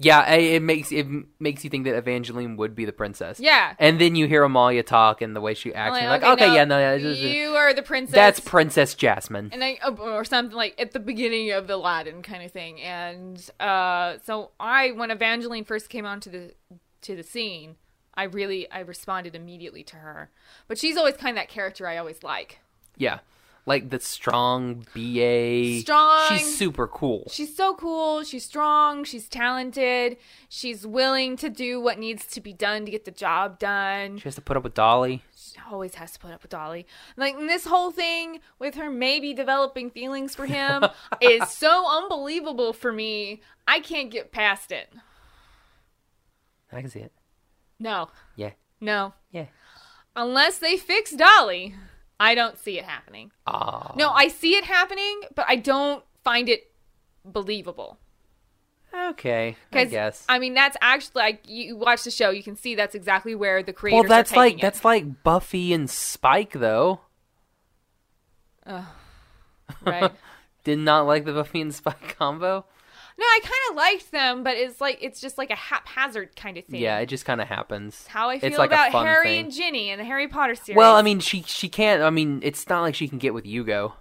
[SPEAKER 1] Yeah, I- it makes it makes you think that Evangeline would be the princess.
[SPEAKER 2] Yeah.
[SPEAKER 1] and then you hear Amalia talk and the way she acts, and you're like, okay, yeah, no, yeah, this is-
[SPEAKER 2] you are the princess.
[SPEAKER 1] that's Princess Jasmine.
[SPEAKER 2] and I oh, or something like at the beginning of the Aladdin kind of thing. And uh, so I, when Evangeline first came onto the to the scene, I really I responded immediately to her. But she's always kind of that character I always like.
[SPEAKER 1] yeah, like the strong BA.
[SPEAKER 2] Strong.
[SPEAKER 1] She's super cool.
[SPEAKER 2] She's so cool. She's strong. She's talented. She's willing to do what needs to be done to get the job done.
[SPEAKER 1] She has to put up with Dolly.
[SPEAKER 2] She always has to put up with Dolly. Like and this whole thing with her maybe developing feelings for him is so unbelievable for me. I can't get past it.
[SPEAKER 1] I can see it.
[SPEAKER 2] No,
[SPEAKER 1] Yeah,
[SPEAKER 2] no.
[SPEAKER 1] yeah.
[SPEAKER 2] Unless they fix Dolly, I don't see it happening.
[SPEAKER 1] Ah,
[SPEAKER 2] No, I see it happening, but I don't find it believable.
[SPEAKER 1] okay. I
[SPEAKER 2] Because
[SPEAKER 1] guess.
[SPEAKER 2] I mean, that's actually like you watch the show, you can see that's exactly where the
[SPEAKER 1] Well,
[SPEAKER 2] creators.
[SPEAKER 1] that's
[SPEAKER 2] are taking
[SPEAKER 1] like
[SPEAKER 2] it.
[SPEAKER 1] that's like Buffy and Spike though.
[SPEAKER 2] right.
[SPEAKER 1] Did not like the Buffy and Spike combo.
[SPEAKER 2] No, I kind of liked them, but it's like it's just like a haphazard kind of thing.
[SPEAKER 1] Yeah, it just kind of happens.
[SPEAKER 2] It's how I feel
[SPEAKER 1] it's like
[SPEAKER 2] about
[SPEAKER 1] a fun
[SPEAKER 2] Harry
[SPEAKER 1] thing.
[SPEAKER 2] and Ginny and the Harry Potter series.
[SPEAKER 1] well, I mean, she she can't. I mean, it's not like she can get with Hugo.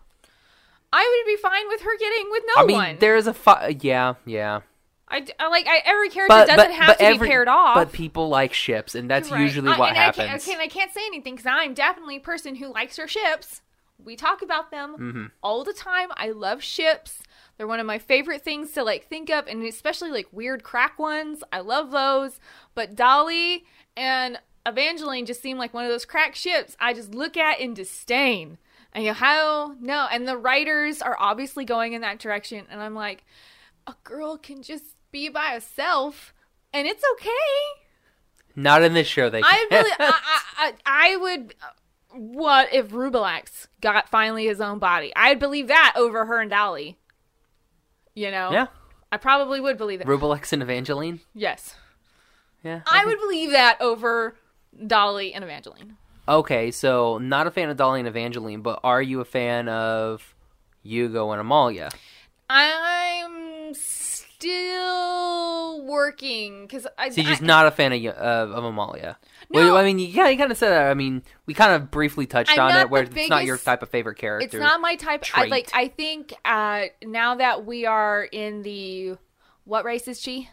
[SPEAKER 2] I would be fine with her getting with no
[SPEAKER 1] I mean,
[SPEAKER 2] one.
[SPEAKER 1] there is a fi- yeah, yeah.
[SPEAKER 2] I, d- I like I, every character
[SPEAKER 1] But
[SPEAKER 2] doesn't
[SPEAKER 1] but,
[SPEAKER 2] have
[SPEAKER 1] but
[SPEAKER 2] to
[SPEAKER 1] every,
[SPEAKER 2] be paired off.
[SPEAKER 1] But people like ships, and that's
[SPEAKER 2] Right.
[SPEAKER 1] usually
[SPEAKER 2] I-
[SPEAKER 1] what
[SPEAKER 2] and I
[SPEAKER 1] happens.
[SPEAKER 2] can't, I can't, I can't say anything because I'm definitely a person who likes her ships. We talk about them
[SPEAKER 1] Mm-hmm.
[SPEAKER 2] all the time. I love ships. They're one of my favorite things to like think of, and especially like weird crack ones. I love those. But Dolly and Evangeline just seem like one of those crack ships I just look at in disdain. And you know, how no, and the writers are obviously going in that direction, and I'm like, a girl can just be by herself, and it's okay.
[SPEAKER 1] Not in this show. They
[SPEAKER 2] I
[SPEAKER 1] can't.
[SPEAKER 2] really, I, I, I I would. What if Rubelax got finally his own body? I'd believe that over her and Dolly. You know,
[SPEAKER 1] yeah.
[SPEAKER 2] I probably would believe that.
[SPEAKER 1] Rubelix and Evangeline.
[SPEAKER 2] yes.
[SPEAKER 1] Yeah.
[SPEAKER 2] I would believe that over Dolly and Evangeline.
[SPEAKER 1] Okay, so not a fan of Dolly and Evangeline, but are you a fan of Hugo and Amalia?
[SPEAKER 2] I'm still working because I.
[SPEAKER 1] So you're just
[SPEAKER 2] I-
[SPEAKER 1] not a fan of, uh, of, of Amalia.
[SPEAKER 2] No.
[SPEAKER 1] Well, I mean, yeah, you kind of said that. I mean, we kind of briefly touched
[SPEAKER 2] I'm
[SPEAKER 1] on
[SPEAKER 2] not
[SPEAKER 1] it, where
[SPEAKER 2] the
[SPEAKER 1] it's not your
[SPEAKER 2] biggest-
[SPEAKER 1] type of favorite character.
[SPEAKER 2] It's not my type. I
[SPEAKER 1] trait.
[SPEAKER 2] like. I think uh, now that we are in the what race is she?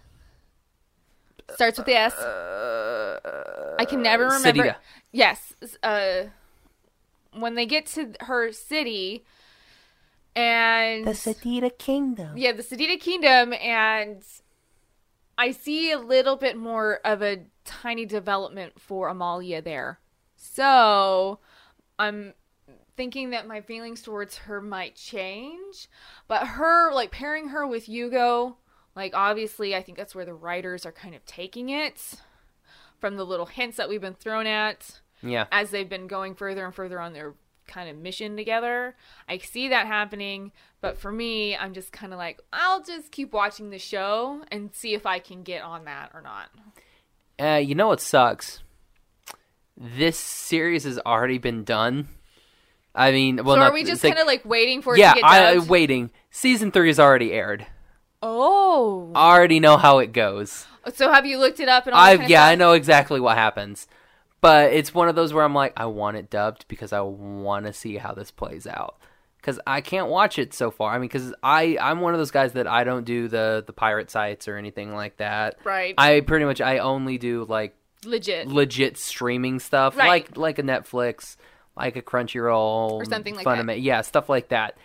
[SPEAKER 2] Starts with the S. I can never remember.
[SPEAKER 1] Uh, City.
[SPEAKER 2] Yes. Uh, when they get to her city, and
[SPEAKER 1] Satita Kingdom.
[SPEAKER 2] yeah, the Sedita Kingdom, and I see a little bit more of a tiny development for Amalia there. So I'm thinking that my feelings towards her might change, but her, like pairing her with Yugo, like obviously, I think that's where the writers are kind of taking it from the little hints that we've been thrown at
[SPEAKER 1] Yeah.
[SPEAKER 2] as they've been going further and further on their kind of mission together. I see that happening, but for me, I'm just kind of like, I'll just keep watching the show and see if I can get on that or not.
[SPEAKER 1] Uh, you know what sucks? This series has already been done. I mean, well,
[SPEAKER 2] so
[SPEAKER 1] not,
[SPEAKER 2] are we just
[SPEAKER 1] it's like-
[SPEAKER 2] kind of like waiting for it
[SPEAKER 1] yeah?
[SPEAKER 2] to get
[SPEAKER 1] I uh,
[SPEAKER 2] dubbed?
[SPEAKER 1] waiting. Season three is already aired.
[SPEAKER 2] oh,
[SPEAKER 1] I already know how it goes.
[SPEAKER 2] so have you looked it up and all that
[SPEAKER 1] I
[SPEAKER 2] kind of
[SPEAKER 1] yeah, I
[SPEAKER 2] stuff?
[SPEAKER 1] know exactly what happens. But it's one of those where I'm like, I want it dubbed because I want to see how this plays out. Because I can't watch it so far. I mean, because I I'm one of those guys that I don't do the the pirate sites or anything like that.
[SPEAKER 2] Right.
[SPEAKER 1] I pretty much I only do like
[SPEAKER 2] legit.
[SPEAKER 1] legit streaming stuff,
[SPEAKER 2] Right.
[SPEAKER 1] like like a Netflix, like a Crunchyroll,
[SPEAKER 2] Or something like
[SPEAKER 1] Funimation, yeah, stuff like that.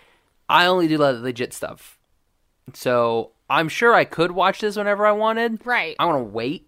[SPEAKER 1] I only do le- legit stuff, so I'm sure I could watch this whenever I wanted.
[SPEAKER 2] Right.
[SPEAKER 1] I want to wait,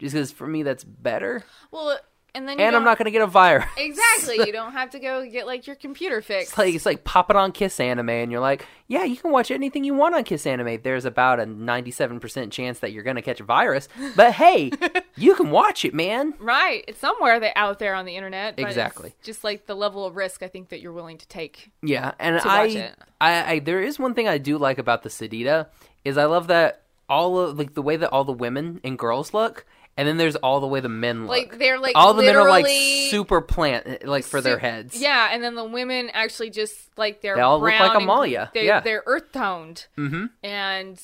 [SPEAKER 1] just because for me that's better,
[SPEAKER 2] well, and then you
[SPEAKER 1] and I'm
[SPEAKER 2] don't-
[SPEAKER 1] not gonna get a virus.
[SPEAKER 2] exactly. you don't have to go get like your computer fixed.
[SPEAKER 1] It's like it's like pop it on Kiss Anime, and you're like, yeah, you can watch anything you want on Kiss Anime. There's about a 97% chance that you're gonna catch a virus, but hey, you can watch it, man.
[SPEAKER 2] Right, it's somewhere that out there on the internet. but it's
[SPEAKER 1] Exactly.
[SPEAKER 2] just like the level of risk I think that you're willing to take.
[SPEAKER 1] Yeah, and
[SPEAKER 2] to
[SPEAKER 1] I,
[SPEAKER 2] watch it.
[SPEAKER 1] I, I, there is one thing I do like about the Sedita is I love that all of like the way that all the women and girls look, and then there's all the way the men look.
[SPEAKER 2] Like they're like
[SPEAKER 1] all the men are like
[SPEAKER 2] literally-
[SPEAKER 1] super plant, like for their
[SPEAKER 2] Su-
[SPEAKER 1] heads.
[SPEAKER 2] Yeah, and then the women actually just like they're
[SPEAKER 1] They all look
[SPEAKER 2] brown
[SPEAKER 1] like
[SPEAKER 2] and
[SPEAKER 1] Amalia,
[SPEAKER 2] They,
[SPEAKER 1] yeah.
[SPEAKER 2] they're earth toned, mm-hmm. and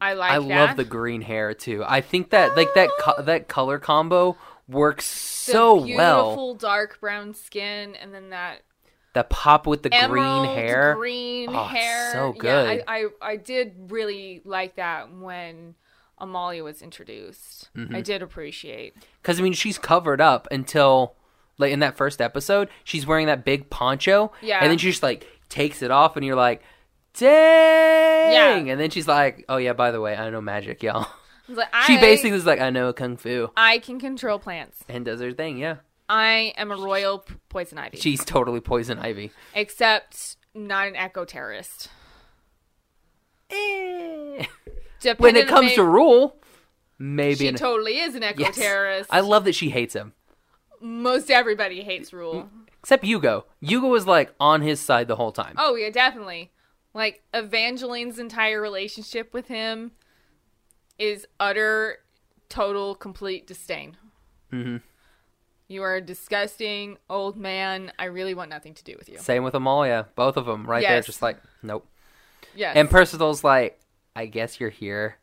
[SPEAKER 2] I like.
[SPEAKER 1] I love
[SPEAKER 2] that.
[SPEAKER 1] the green hair too. I think that like that co- that color combo works
[SPEAKER 2] The
[SPEAKER 1] so well.
[SPEAKER 2] Beautiful dark brown skin, and then that
[SPEAKER 1] The pop with the
[SPEAKER 2] emerald
[SPEAKER 1] green hair.
[SPEAKER 2] Green
[SPEAKER 1] Oh, it's
[SPEAKER 2] hair,
[SPEAKER 1] so
[SPEAKER 2] Yeah,
[SPEAKER 1] good.
[SPEAKER 2] I, I I did really like that when Amalia was introduced.
[SPEAKER 1] Mm-hmm.
[SPEAKER 2] I did appreciate.
[SPEAKER 1] Because I mean, she's covered up until like in that first episode, she's wearing that big poncho.
[SPEAKER 2] Yeah.
[SPEAKER 1] And then she just like takes it off, and you're like, dang.
[SPEAKER 2] Yeah.
[SPEAKER 1] And then she's like, oh yeah, by the way, I know magic, y'all.
[SPEAKER 2] I was like,
[SPEAKER 1] she
[SPEAKER 2] I-
[SPEAKER 1] basically is like, I know kung fu,
[SPEAKER 2] I can control plants.
[SPEAKER 1] and does her thing. Yeah.
[SPEAKER 2] I am a royal p- poison ivy,
[SPEAKER 1] She's totally poison ivy.
[SPEAKER 2] except not an eco terrorist.
[SPEAKER 1] Eh. when
[SPEAKER 2] Dependent
[SPEAKER 1] it comes to
[SPEAKER 2] ma-
[SPEAKER 1] rule, maybe
[SPEAKER 2] she
[SPEAKER 1] an-
[SPEAKER 2] totally is an eco
[SPEAKER 1] Yes.
[SPEAKER 2] terrorist.
[SPEAKER 1] I love that she hates him.
[SPEAKER 2] Most everybody hates Rule.
[SPEAKER 1] Except Yugo. Yugo was like on his side the whole time.
[SPEAKER 2] Oh yeah, definitely. Like Evangeline's entire relationship with him is utter, total, complete disdain. Mm-hmm. You are a disgusting old man. I really want nothing to do with you.
[SPEAKER 1] Same with Amalia. Both of them right there,
[SPEAKER 2] Yes.
[SPEAKER 1] just like, nope.
[SPEAKER 2] Yes.
[SPEAKER 1] And Percival's like, I guess you're here.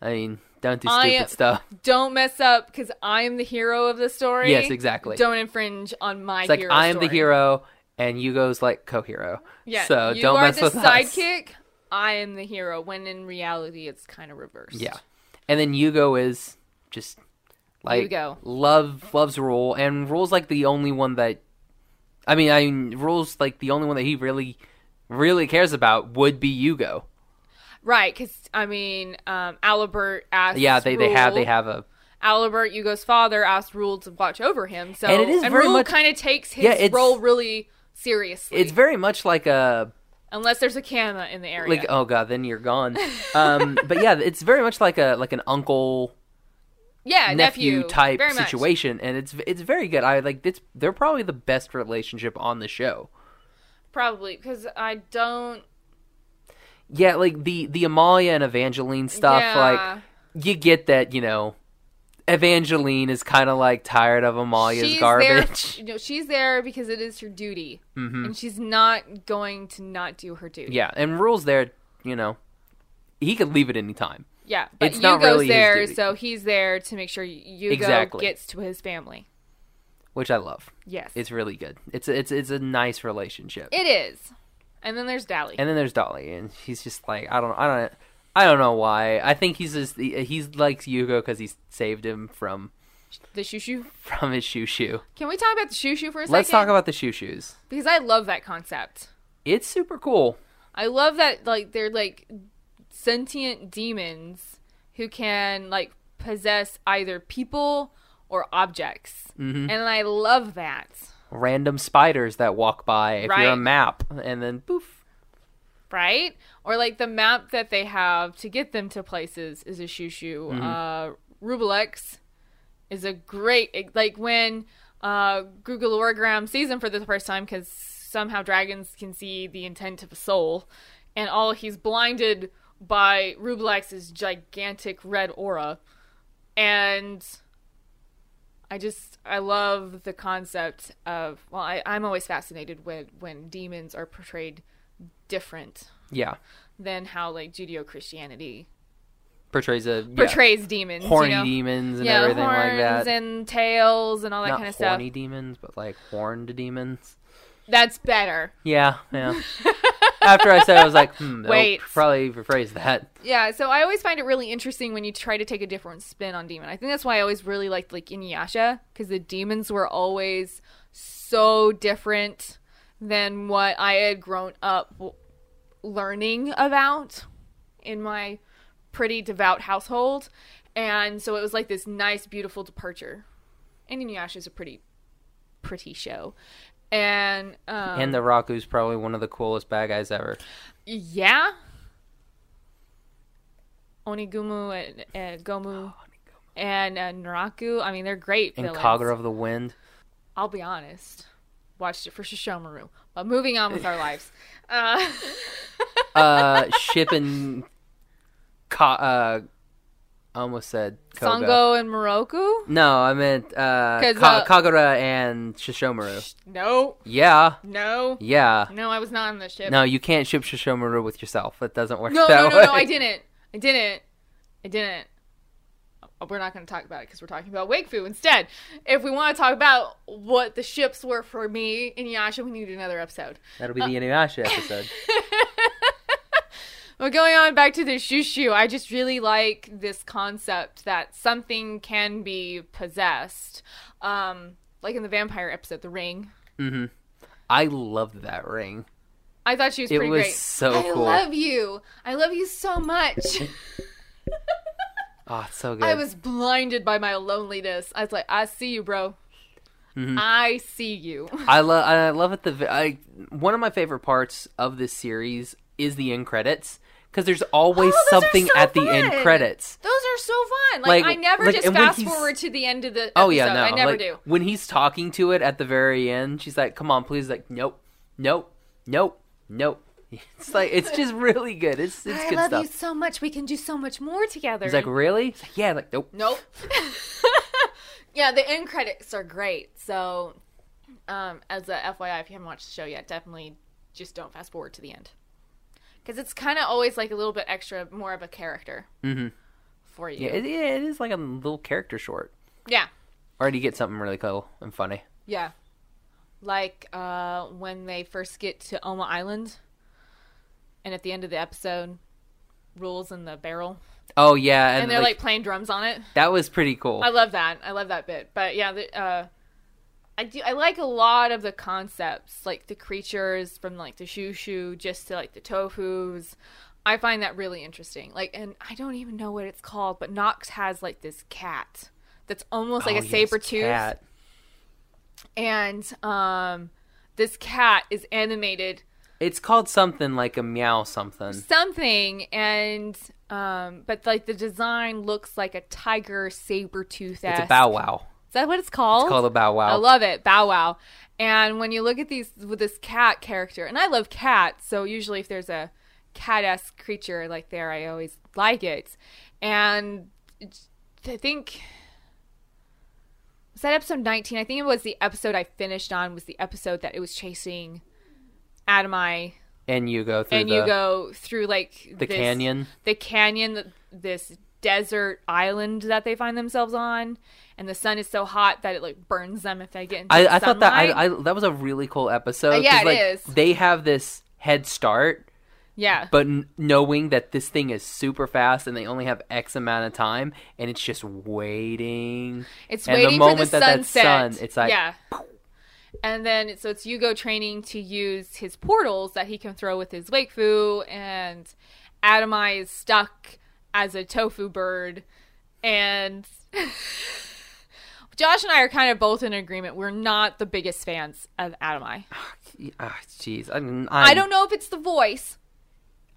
[SPEAKER 1] I mean, don't do
[SPEAKER 2] I
[SPEAKER 1] stupid
[SPEAKER 2] am-
[SPEAKER 1] stuff.
[SPEAKER 2] don't mess up because I am the hero of the story.
[SPEAKER 1] Yes, exactly.
[SPEAKER 2] Don't infringe on my
[SPEAKER 1] It's like
[SPEAKER 2] hero.
[SPEAKER 1] I am
[SPEAKER 2] story.
[SPEAKER 1] the hero, and Yugo's like co-hero.
[SPEAKER 2] Yeah,
[SPEAKER 1] So
[SPEAKER 2] you
[SPEAKER 1] don't
[SPEAKER 2] are
[SPEAKER 1] mess
[SPEAKER 2] the
[SPEAKER 1] with us.
[SPEAKER 2] sidekick. I am the hero. When in reality, it's kind of reversed.
[SPEAKER 1] Yeah. And then Yugo is just like
[SPEAKER 2] Yugo.
[SPEAKER 1] love loves Rule, and Rule's like the only one that, I mean, I mean, Rule's like the only one that he really, really cares about would be Yugo.
[SPEAKER 2] right. Because I mean, um, Alibert asked.
[SPEAKER 1] Yeah, they they have they have a
[SPEAKER 2] Alibert Hugo's father asked Rule to watch over him. So
[SPEAKER 1] And it is very
[SPEAKER 2] Rule
[SPEAKER 1] much-
[SPEAKER 2] kind of takes his
[SPEAKER 1] Yeah, it's-
[SPEAKER 2] role really seriously.
[SPEAKER 1] it's very much like a
[SPEAKER 2] unless there's a camera in the area.
[SPEAKER 1] like oh god then you're gone um but yeah it's very much like a like an uncle
[SPEAKER 2] yeah,
[SPEAKER 1] nephew, type
[SPEAKER 2] very much.
[SPEAKER 1] situation and it's it's very good i like it's they're probably the best relationship on the show
[SPEAKER 2] Probably because I don't.
[SPEAKER 1] yeah, like the the Amalia and Evangeline stuff.
[SPEAKER 2] Yeah.
[SPEAKER 1] Like you get that, you know. Evangeline is kind of like tired of Amalia's garbage. Mm-hmm.
[SPEAKER 2] There, no, she's there because it is her duty, and she's not going to not do her duty.
[SPEAKER 1] Yeah, and rules there, you know, he could leave at any time.
[SPEAKER 2] Yeah, but
[SPEAKER 1] It's not
[SPEAKER 2] Hugo's
[SPEAKER 1] really his
[SPEAKER 2] there,
[SPEAKER 1] duty.
[SPEAKER 2] so he's there to make sure Hugo
[SPEAKER 1] Exactly.
[SPEAKER 2] gets to his family.
[SPEAKER 1] which I love.
[SPEAKER 2] Yes,
[SPEAKER 1] It's really good. It's a, it's it's a nice relationship.
[SPEAKER 2] it is. And then there's Dally.
[SPEAKER 1] and then there's Dolly, and he's just like I don't I don't I don't know why. I think he's just he he's likes Yugo because he saved him from
[SPEAKER 2] the shoo shoo.
[SPEAKER 1] from his shoe shoe.
[SPEAKER 2] Can we talk about the shoo shoo for a
[SPEAKER 1] Let's talk
[SPEAKER 2] second?
[SPEAKER 1] about the shoe shoes.
[SPEAKER 2] because I love that concept.
[SPEAKER 1] It's super cool.
[SPEAKER 2] I love that like they're like sentient demons who can like possess either people or objects,
[SPEAKER 1] Mm-hmm.
[SPEAKER 2] and I love that.
[SPEAKER 1] Random spiders that walk by if you're
[SPEAKER 2] Right.
[SPEAKER 1] a map, and then poof.
[SPEAKER 2] right? Or like the map that they have to get them to places is a shoo shoo. Uh, Rubelex is a great e, like when uh, Google Orgram sees him for the first time because somehow dragons can see the intent of a soul, and all he's blinded by Rubelex's gigantic red aura, and. I just I love the concept of well I, I'm always fascinated when when demons are portrayed different
[SPEAKER 1] Yeah,
[SPEAKER 2] than how like Judeo Christianity
[SPEAKER 1] portrays a yeah,
[SPEAKER 2] portrays demons.
[SPEAKER 1] horny
[SPEAKER 2] you know?
[SPEAKER 1] demons and
[SPEAKER 2] yeah,
[SPEAKER 1] everything
[SPEAKER 2] horns
[SPEAKER 1] like that.
[SPEAKER 2] and tails and all that
[SPEAKER 1] Not
[SPEAKER 2] kind of stuff.
[SPEAKER 1] horny demons, but like horned demons.
[SPEAKER 2] That's better.
[SPEAKER 1] Yeah, yeah. After I said, it, I was like, hmm, that'll
[SPEAKER 2] Wait.
[SPEAKER 1] probably rephrase that.
[SPEAKER 2] Yeah, so I always find it really interesting when you try to take a different spin on demon. I think that's why I always really liked like Inuyasha because the demons were always so different than what I had grown up w- learning about in my pretty devout household, and so it was like this nice, beautiful departure. And Inuyasha is a pretty, pretty show, and um,
[SPEAKER 1] and the Raku's probably one of the coolest bad guys ever.
[SPEAKER 2] yeah. Onigumu and, and Gomu and uh, Naraku. I mean, they're great
[SPEAKER 1] And
[SPEAKER 2] villains.
[SPEAKER 1] Kagura of the Wind.
[SPEAKER 2] I'll be honest. Watched it for Shishomaru. But moving on with our lives. Uh,
[SPEAKER 1] Uh, Ship and Ka- uh, I almost said Koga.
[SPEAKER 2] Sango and Moroku?
[SPEAKER 1] No, I meant uh,
[SPEAKER 2] 'Cause,
[SPEAKER 1] Ka-
[SPEAKER 2] uh,
[SPEAKER 1] Kagura and Shishomaru.
[SPEAKER 2] No,
[SPEAKER 1] Yeah,
[SPEAKER 2] no,
[SPEAKER 1] yeah.
[SPEAKER 2] no, I was not on the ship.
[SPEAKER 1] No, you can't ship Shishomaru with yourself. That doesn't work
[SPEAKER 2] no,
[SPEAKER 1] that
[SPEAKER 2] no, no,
[SPEAKER 1] way.
[SPEAKER 2] no, I didn't. I didn't. I didn't. Uh, We're not going to talk about it because we're talking about Wake Fu instead. If we want to talk about what the ships were for me and Yasha, we need another episode.
[SPEAKER 1] That'll be the Inuyasha episode.
[SPEAKER 2] But going on back to the shushu, I just really like this concept that something can be possessed. Um, like in the vampire episode, The Ring.
[SPEAKER 1] I loved that ring.
[SPEAKER 2] I thought she was
[SPEAKER 1] It
[SPEAKER 2] pretty
[SPEAKER 1] was
[SPEAKER 2] great.
[SPEAKER 1] so
[SPEAKER 2] I
[SPEAKER 1] cool.
[SPEAKER 2] love you. I love you so much.
[SPEAKER 1] Oh, it's so good.
[SPEAKER 2] I was blinded by my loneliness. I was like, I see you, bro. I see you.
[SPEAKER 1] I love I love it. The vi- I one of my favorite parts of this series is the end credits because there's always
[SPEAKER 2] Oh, those are
[SPEAKER 1] something
[SPEAKER 2] so
[SPEAKER 1] at the end
[SPEAKER 2] fun!
[SPEAKER 1] credits.
[SPEAKER 2] Those are so fun. Like,
[SPEAKER 1] Like-
[SPEAKER 2] I never
[SPEAKER 1] like,
[SPEAKER 2] just
[SPEAKER 1] and when
[SPEAKER 2] fast
[SPEAKER 1] he's-
[SPEAKER 2] forward to the end of the episode.
[SPEAKER 1] Oh yeah, no,
[SPEAKER 2] I never
[SPEAKER 1] like,
[SPEAKER 2] do.
[SPEAKER 1] When he's talking to it at the very end, she's like, "Come on, please." Like, nope, nope, nope, nope. It's like it's just really good. It's it's
[SPEAKER 2] I
[SPEAKER 1] good
[SPEAKER 2] love
[SPEAKER 1] stuff.
[SPEAKER 2] you so much. We can do so much more together.
[SPEAKER 1] He's like, really? It's like, yeah. Like, nope.
[SPEAKER 2] Nope. yeah, the end credits are great. So, um, as a FYI, if you haven't watched the show yet, definitely just don't fast forward to the end because it's kind of always like a little bit extra, more of a character for you.
[SPEAKER 1] Mm-hmm. Yeah, it, yeah, it is like a little character short.
[SPEAKER 2] yeah,
[SPEAKER 1] Or do you get something really cool and funny?
[SPEAKER 2] yeah. Like uh, when they first get to Oma Island, and at the end of the episode, rules in the barrel,
[SPEAKER 1] Oh yeah, and,
[SPEAKER 2] and they're
[SPEAKER 1] like,
[SPEAKER 2] like playing drums on it.
[SPEAKER 1] that was pretty cool.
[SPEAKER 2] I love that. I love that bit. But yeah, the, uh, I do. I like a lot of the concepts, like the creatures from like the shushu, just to like the tofu's. I find that really interesting. Like, and I don't even know what it's called, but Knox has like this cat that's almost like
[SPEAKER 1] Oh,
[SPEAKER 2] a
[SPEAKER 1] yes,
[SPEAKER 2] saber tooth,
[SPEAKER 1] cat.
[SPEAKER 2] and um, this cat is animated
[SPEAKER 1] It's called something like a meow something.
[SPEAKER 2] something and um but like the design looks like a tiger saber tooth
[SPEAKER 1] It's a bow wow.
[SPEAKER 2] Is that what it's called?
[SPEAKER 1] It's called a bow wow.
[SPEAKER 2] I love it, Bow Wow. And when you look at these with this cat character, and I love cats, so usually if there's a cat-esque creature like there. I always like it, and I think was that episode 19 i think it was the episode i finished on was the episode that it was chasing adamai
[SPEAKER 1] and you go through
[SPEAKER 2] and
[SPEAKER 1] the,
[SPEAKER 2] you go through like
[SPEAKER 1] the
[SPEAKER 2] this-
[SPEAKER 1] canyon.
[SPEAKER 2] the canyon this desert island that they find themselves on and the sun is so hot that it like burns them if they get into
[SPEAKER 1] I,
[SPEAKER 2] the
[SPEAKER 1] I thought that
[SPEAKER 2] sunlight.
[SPEAKER 1] I, I that was a really cool episode.
[SPEAKER 2] Uh, yeah,
[SPEAKER 1] 'cause,
[SPEAKER 2] it
[SPEAKER 1] like,
[SPEAKER 2] is.
[SPEAKER 1] They have this head start,
[SPEAKER 2] yeah
[SPEAKER 1] but n- knowing that this thing is super fast and they only have X amount of time, and it's just waiting.
[SPEAKER 2] It's
[SPEAKER 1] and
[SPEAKER 2] waiting
[SPEAKER 1] the moment
[SPEAKER 2] for the
[SPEAKER 1] that
[SPEAKER 2] sunset.
[SPEAKER 1] that sun, it's like
[SPEAKER 2] yeah. And then so it's Yugo training to use his portals that he can throw with his wake fu, and Adamai is stuck as a tofu bird, and. Josh and I are kind of both in agreement. We're not the biggest fans of Adamai.
[SPEAKER 1] ah, jeez. I'm- I'm-
[SPEAKER 2] I don't know if it's the voice.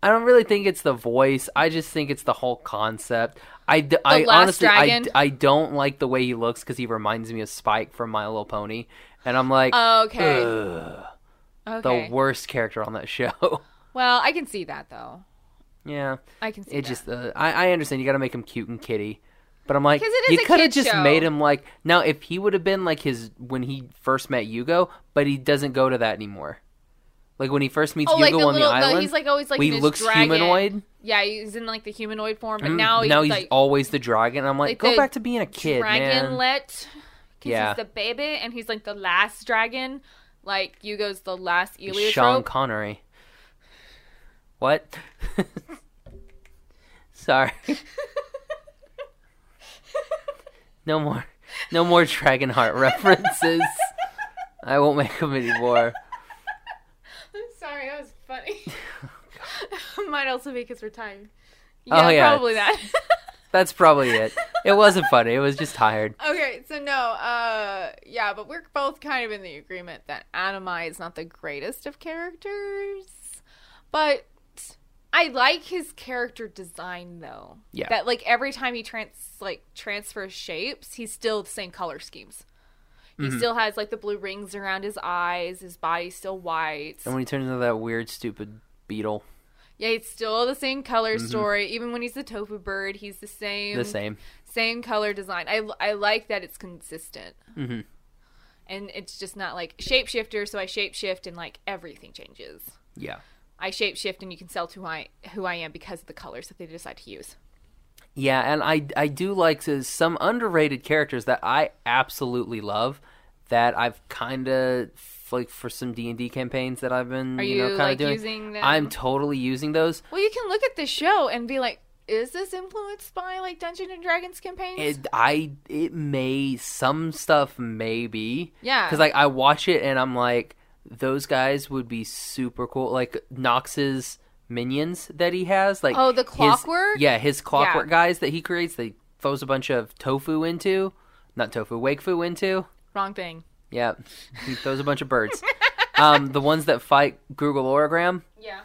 [SPEAKER 1] I don't really think it's the voice. I just think it's the whole concept. I, d- I
[SPEAKER 2] Last
[SPEAKER 1] honestly, I,
[SPEAKER 2] Dragon?
[SPEAKER 1] d- I don't like the way he looks because he reminds me of Spike from My Little Pony, and I'm like,
[SPEAKER 2] Oh, Okay.
[SPEAKER 1] "Ugh, the
[SPEAKER 2] okay.
[SPEAKER 1] worst character on that show.
[SPEAKER 2] well, I can see that though.
[SPEAKER 1] yeah,
[SPEAKER 2] I can see
[SPEAKER 1] it
[SPEAKER 2] that.
[SPEAKER 1] just uh, I, I understand you got to make him cute and kitty, but I'm like,
[SPEAKER 2] 'Cause it is
[SPEAKER 1] you
[SPEAKER 2] a
[SPEAKER 1] coulda
[SPEAKER 2] kid
[SPEAKER 1] just
[SPEAKER 2] show.
[SPEAKER 1] made him like now if he would have been like his when he first met Yugo, but he doesn't go to that anymore. Like when he first meets
[SPEAKER 2] Oh,
[SPEAKER 1] Yugo
[SPEAKER 2] like the
[SPEAKER 1] on
[SPEAKER 2] little-
[SPEAKER 1] the
[SPEAKER 2] the-
[SPEAKER 1] island,
[SPEAKER 2] he's, like, always, like,
[SPEAKER 1] we
[SPEAKER 2] in his
[SPEAKER 1] looks
[SPEAKER 2] dragon.
[SPEAKER 1] humanoid.
[SPEAKER 2] Yeah, he's in like the humanoid form, but
[SPEAKER 1] Mm,
[SPEAKER 2] now he's,
[SPEAKER 1] he's
[SPEAKER 2] like
[SPEAKER 1] always the dragon. I'm like,
[SPEAKER 2] like
[SPEAKER 1] go
[SPEAKER 2] the
[SPEAKER 1] back to being a kid, man.
[SPEAKER 2] dragonlet. Because
[SPEAKER 1] Yeah.
[SPEAKER 2] he's the baby and he's like the last dragon. Like Yugo's the last
[SPEAKER 1] He's Sean
[SPEAKER 2] Eliotrope.
[SPEAKER 1] Connery. What? Sorry. no more, no more Dragonheart references. I won't make them anymore.
[SPEAKER 2] I'm sorry, that was funny. Might also be because we're tired.
[SPEAKER 1] Oh,
[SPEAKER 2] Yeah,
[SPEAKER 1] yeah,
[SPEAKER 2] probably that.
[SPEAKER 1] That's probably it. It wasn't funny. It was just tired.
[SPEAKER 2] okay, so no, uh, yeah, but we're both kind of in the agreement that Anamai is not the greatest of characters, but I like his character design though.
[SPEAKER 1] Yeah.
[SPEAKER 2] That like every time he trans like transfers shapes, he's still the same color schemes. He
[SPEAKER 1] Mm-hmm.
[SPEAKER 2] still has like the blue rings around his eyes. His body's still white.
[SPEAKER 1] And when he turns into that weird, stupid beetle,
[SPEAKER 2] Yeah, it's still the same color story. Even when he's the tofu bird, he's the same.
[SPEAKER 1] Mm-hmm. the same.
[SPEAKER 2] same color design. I, I like that it's consistent. Mm-hmm. And it's just not like shapeshifter, so I shapeshift and like everything changes.
[SPEAKER 1] Yeah.
[SPEAKER 2] I shapeshift and you can sell to who I, who I am because of the colors that they decide to use.
[SPEAKER 1] Yeah, and I I do like to- some underrated characters that I absolutely love that I've kind of like for some D and D campaigns that I've been
[SPEAKER 2] Are
[SPEAKER 1] you, know
[SPEAKER 2] you,
[SPEAKER 1] kind of
[SPEAKER 2] like,
[SPEAKER 1] doing.
[SPEAKER 2] using them?
[SPEAKER 1] I'm totally using those.
[SPEAKER 2] Well, you can look at the show and be like, is this influenced by like Dungeons and Dragons campaigns?
[SPEAKER 1] It I it may some stuff maybe
[SPEAKER 2] Yeah.
[SPEAKER 1] because like I watch it and I'm like those guys would be super cool like Nox's minions that he has like
[SPEAKER 2] Oh, the
[SPEAKER 1] his-
[SPEAKER 2] clockwork?
[SPEAKER 1] yeah his clockwork guys that he creates that he throws a bunch of tofu into not tofu wakefu into
[SPEAKER 2] Wrong thing.
[SPEAKER 1] Yeah, he throws a bunch of birds. um, the ones that fight Google Orogram,
[SPEAKER 2] Yeah.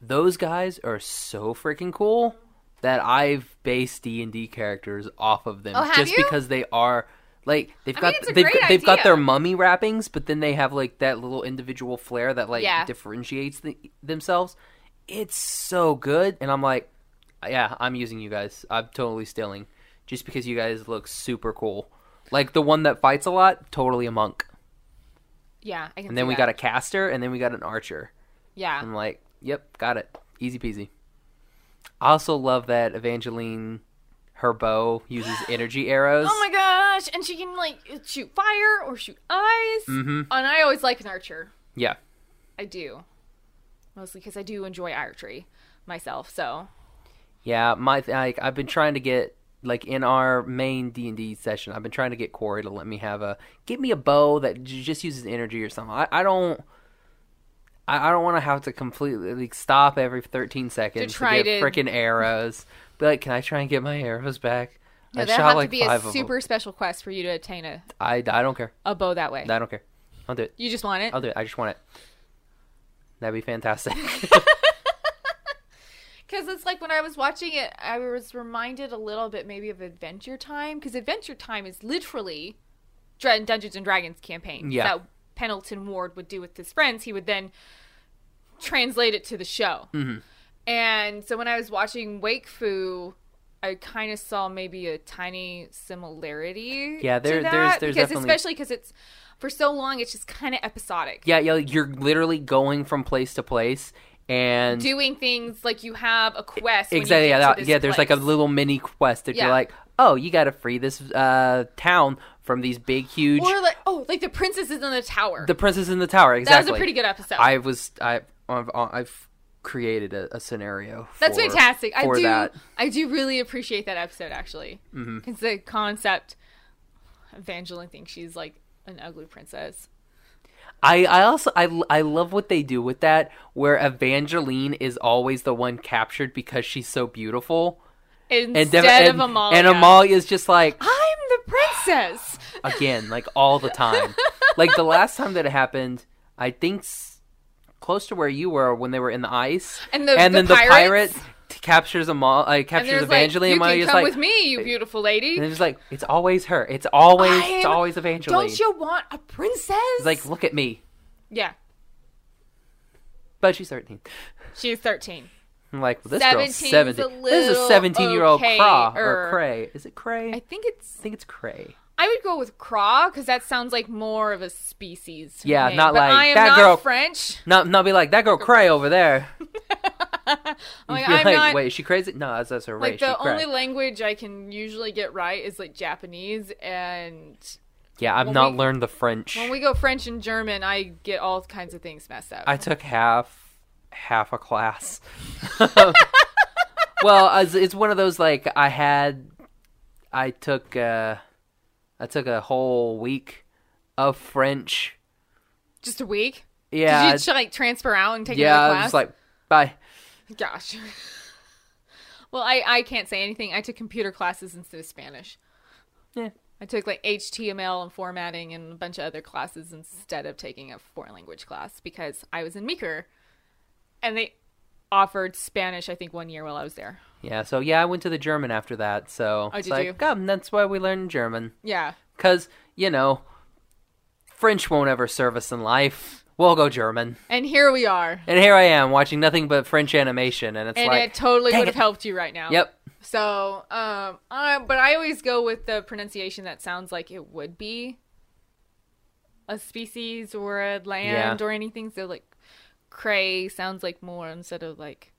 [SPEAKER 1] those guys are so freaking cool that I've based D and D characters off of them
[SPEAKER 2] Oh, have
[SPEAKER 1] just
[SPEAKER 2] you?
[SPEAKER 1] because they are like they've
[SPEAKER 2] I
[SPEAKER 1] got
[SPEAKER 2] mean, it's a
[SPEAKER 1] they've,
[SPEAKER 2] great
[SPEAKER 1] they've got
[SPEAKER 2] idea.
[SPEAKER 1] their mummy wrappings, but then they have like that little individual flair that like
[SPEAKER 2] Yeah.
[SPEAKER 1] differentiates the, themselves. It's so good, and I'm like, yeah, I'm using you guys. I'm totally stealing just because you guys look super cool. Like the one that fights a lot, totally a monk.
[SPEAKER 2] Yeah. I can
[SPEAKER 1] And then
[SPEAKER 2] see
[SPEAKER 1] we
[SPEAKER 2] that.
[SPEAKER 1] got a caster, and then we got an archer. I'm
[SPEAKER 2] Yeah.
[SPEAKER 1] like, yep, got it. Easy peasy. I also love that Evangeline, her bow uses energy arrows.
[SPEAKER 2] Oh my gosh. And she can like shoot fire or shoot ice.
[SPEAKER 1] Mm-hmm.
[SPEAKER 2] And I always like an archer.
[SPEAKER 1] Yeah.
[SPEAKER 2] I do. Mostly because I do enjoy archery myself. So,
[SPEAKER 1] Yeah, my like I've been trying to get like in our main D and D session, I've been trying to get Corey to let me have a give me a bow that j- just uses energy or something. I, I don't. I, I don't want to have to completely like, stop every 13 seconds to,
[SPEAKER 2] try
[SPEAKER 1] get
[SPEAKER 2] to-
[SPEAKER 1] freaking arrows. Be like, can I try and get my arrows back? I
[SPEAKER 2] that
[SPEAKER 1] shot
[SPEAKER 2] have
[SPEAKER 1] like
[SPEAKER 2] to be a
[SPEAKER 1] five of them.
[SPEAKER 2] super special quest for you to attain a,
[SPEAKER 1] I, I don't care.
[SPEAKER 2] a bow that way.
[SPEAKER 1] I don't care. I'll do it.
[SPEAKER 2] you just want it?
[SPEAKER 1] I'll do it. I just want it. That'd be fantastic.
[SPEAKER 2] Because it's like when I was watching it, I was reminded a little bit maybe of Adventure Time. Because Adventure Time is literally Dra- Dungeons and Dragons campaign
[SPEAKER 1] Yeah.
[SPEAKER 2] that
[SPEAKER 1] Mm-hmm.
[SPEAKER 2] Pendleton Ward would do with his friends. He would then translate it to the show. And so when I was watching Wake Fu, I kind of saw maybe a tiny similarity.
[SPEAKER 1] Yeah, there-
[SPEAKER 2] to that,
[SPEAKER 1] there's- there's
[SPEAKER 2] because
[SPEAKER 1] definitely-
[SPEAKER 2] especially because it's for so long, it's just kind of episodic.
[SPEAKER 1] Yeah, yeah, you're literally going from place to place and
[SPEAKER 2] Doing things like you have a quest. when you
[SPEAKER 1] exactly
[SPEAKER 2] get
[SPEAKER 1] yeah,
[SPEAKER 2] to
[SPEAKER 1] that-
[SPEAKER 2] this
[SPEAKER 1] yeah, there's like a
[SPEAKER 2] place.
[SPEAKER 1] little mini quest that
[SPEAKER 2] Yeah.
[SPEAKER 1] you're like, "Oh, you got to free this uh town from these big huge
[SPEAKER 2] or like oh, like the princess is in the tower.
[SPEAKER 1] The Princess in the Tower."
[SPEAKER 2] that was
[SPEAKER 1] Exactly.
[SPEAKER 2] a pretty good episode.
[SPEAKER 1] I was I I've, uh, I've created a, a scenario.
[SPEAKER 2] That's
[SPEAKER 1] for-
[SPEAKER 2] fantastic. I
[SPEAKER 1] for
[SPEAKER 2] do.
[SPEAKER 1] that. Mm-hmm.
[SPEAKER 2] I do really appreciate that episode actually, because the concept. Evangeline thinks she's like an ugly princess.
[SPEAKER 1] I, I also I, I love what they do with that where Evangeline is always the one captured because she's so beautiful
[SPEAKER 2] Instead
[SPEAKER 1] and Dev-
[SPEAKER 2] of
[SPEAKER 1] and,
[SPEAKER 2] Amalia.
[SPEAKER 1] and Amalia's just like
[SPEAKER 2] I'm the princess.
[SPEAKER 1] again like all the time like the last time that it happened I think s- close to where you were when they were in the ice
[SPEAKER 2] And the- the
[SPEAKER 1] then
[SPEAKER 2] pirates?
[SPEAKER 1] the pirate t- captures Amal uh,
[SPEAKER 2] And
[SPEAKER 1] captures
[SPEAKER 2] there's like,
[SPEAKER 1] Evangeline
[SPEAKER 2] you
[SPEAKER 1] and
[SPEAKER 2] can
[SPEAKER 1] Amalia's
[SPEAKER 2] come
[SPEAKER 1] like
[SPEAKER 2] with me, you beautiful
[SPEAKER 1] and
[SPEAKER 2] lady.
[SPEAKER 1] it's like it's always her it's always it's
[SPEAKER 2] I'm-
[SPEAKER 1] always Evangeline
[SPEAKER 2] Don't you want a princess?
[SPEAKER 1] it's like look at me
[SPEAKER 2] yeah,
[SPEAKER 1] but she's 13
[SPEAKER 2] she's thirteen.
[SPEAKER 1] I'm like, well, this girl's
[SPEAKER 2] 17's a
[SPEAKER 1] 17. this is a
[SPEAKER 2] little
[SPEAKER 1] 17 year old
[SPEAKER 2] okay,
[SPEAKER 1] Craw
[SPEAKER 2] er.
[SPEAKER 1] or Cray. Is it Cray? I,
[SPEAKER 2] I think it's.
[SPEAKER 1] think it's Cray.
[SPEAKER 2] I would go with Craw because that sounds like more of a species.
[SPEAKER 1] Yeah,
[SPEAKER 2] name.
[SPEAKER 1] not
[SPEAKER 2] But
[SPEAKER 1] like,
[SPEAKER 2] I am
[SPEAKER 1] that
[SPEAKER 2] not
[SPEAKER 1] girl-
[SPEAKER 2] French.
[SPEAKER 1] Not, not be like, that girl Cray over there.
[SPEAKER 2] I'm like,
[SPEAKER 1] You're
[SPEAKER 2] I'm
[SPEAKER 1] like,
[SPEAKER 2] not.
[SPEAKER 1] wait, is she crazy? No, that's, that's her
[SPEAKER 2] like
[SPEAKER 1] race.
[SPEAKER 2] the
[SPEAKER 1] she cray.
[SPEAKER 2] only language I can usually get right is like Japanese, and
[SPEAKER 1] yeah, I've
[SPEAKER 2] when
[SPEAKER 1] not
[SPEAKER 2] we-
[SPEAKER 1] learned the French.
[SPEAKER 2] when we go French and German, I get all kinds of things messed up.
[SPEAKER 1] I took half half a class. Um, well, I was- it's one of those like I had I took uh I took a whole week of French.
[SPEAKER 2] Just a week.
[SPEAKER 1] Yeah.
[SPEAKER 2] Did you just, like transfer out and take
[SPEAKER 1] yeah,
[SPEAKER 2] another
[SPEAKER 1] I was
[SPEAKER 2] class?
[SPEAKER 1] just like bye.
[SPEAKER 2] Gosh. well, I, I can't say anything. I took computer classes instead of Spanish.
[SPEAKER 1] Yeah.
[SPEAKER 2] I took like HTML and formatting and a bunch of other classes instead of taking a foreign language class because I was in Meeker and they offered Spanish, I think, one year while I was there.
[SPEAKER 1] Yeah, so yeah, I went to the German after that. So it's
[SPEAKER 2] Oh, did
[SPEAKER 1] like,
[SPEAKER 2] you?
[SPEAKER 1] "Come, that's why we learned German.
[SPEAKER 2] Yeah.
[SPEAKER 1] Because, you know, French won't ever serve us in life. We'll go German.
[SPEAKER 2] And here we are.
[SPEAKER 1] And here I am watching nothing but French animation. And it's
[SPEAKER 2] And
[SPEAKER 1] like,
[SPEAKER 2] it totally
[SPEAKER 1] dang
[SPEAKER 2] would have
[SPEAKER 1] it.
[SPEAKER 2] helped you right now.
[SPEAKER 1] yep.
[SPEAKER 2] So, um, I, but I always go with the pronunciation that sounds like it would be a species or a land
[SPEAKER 1] Yeah.
[SPEAKER 2] or anything. So, like, cray sounds like more instead of like,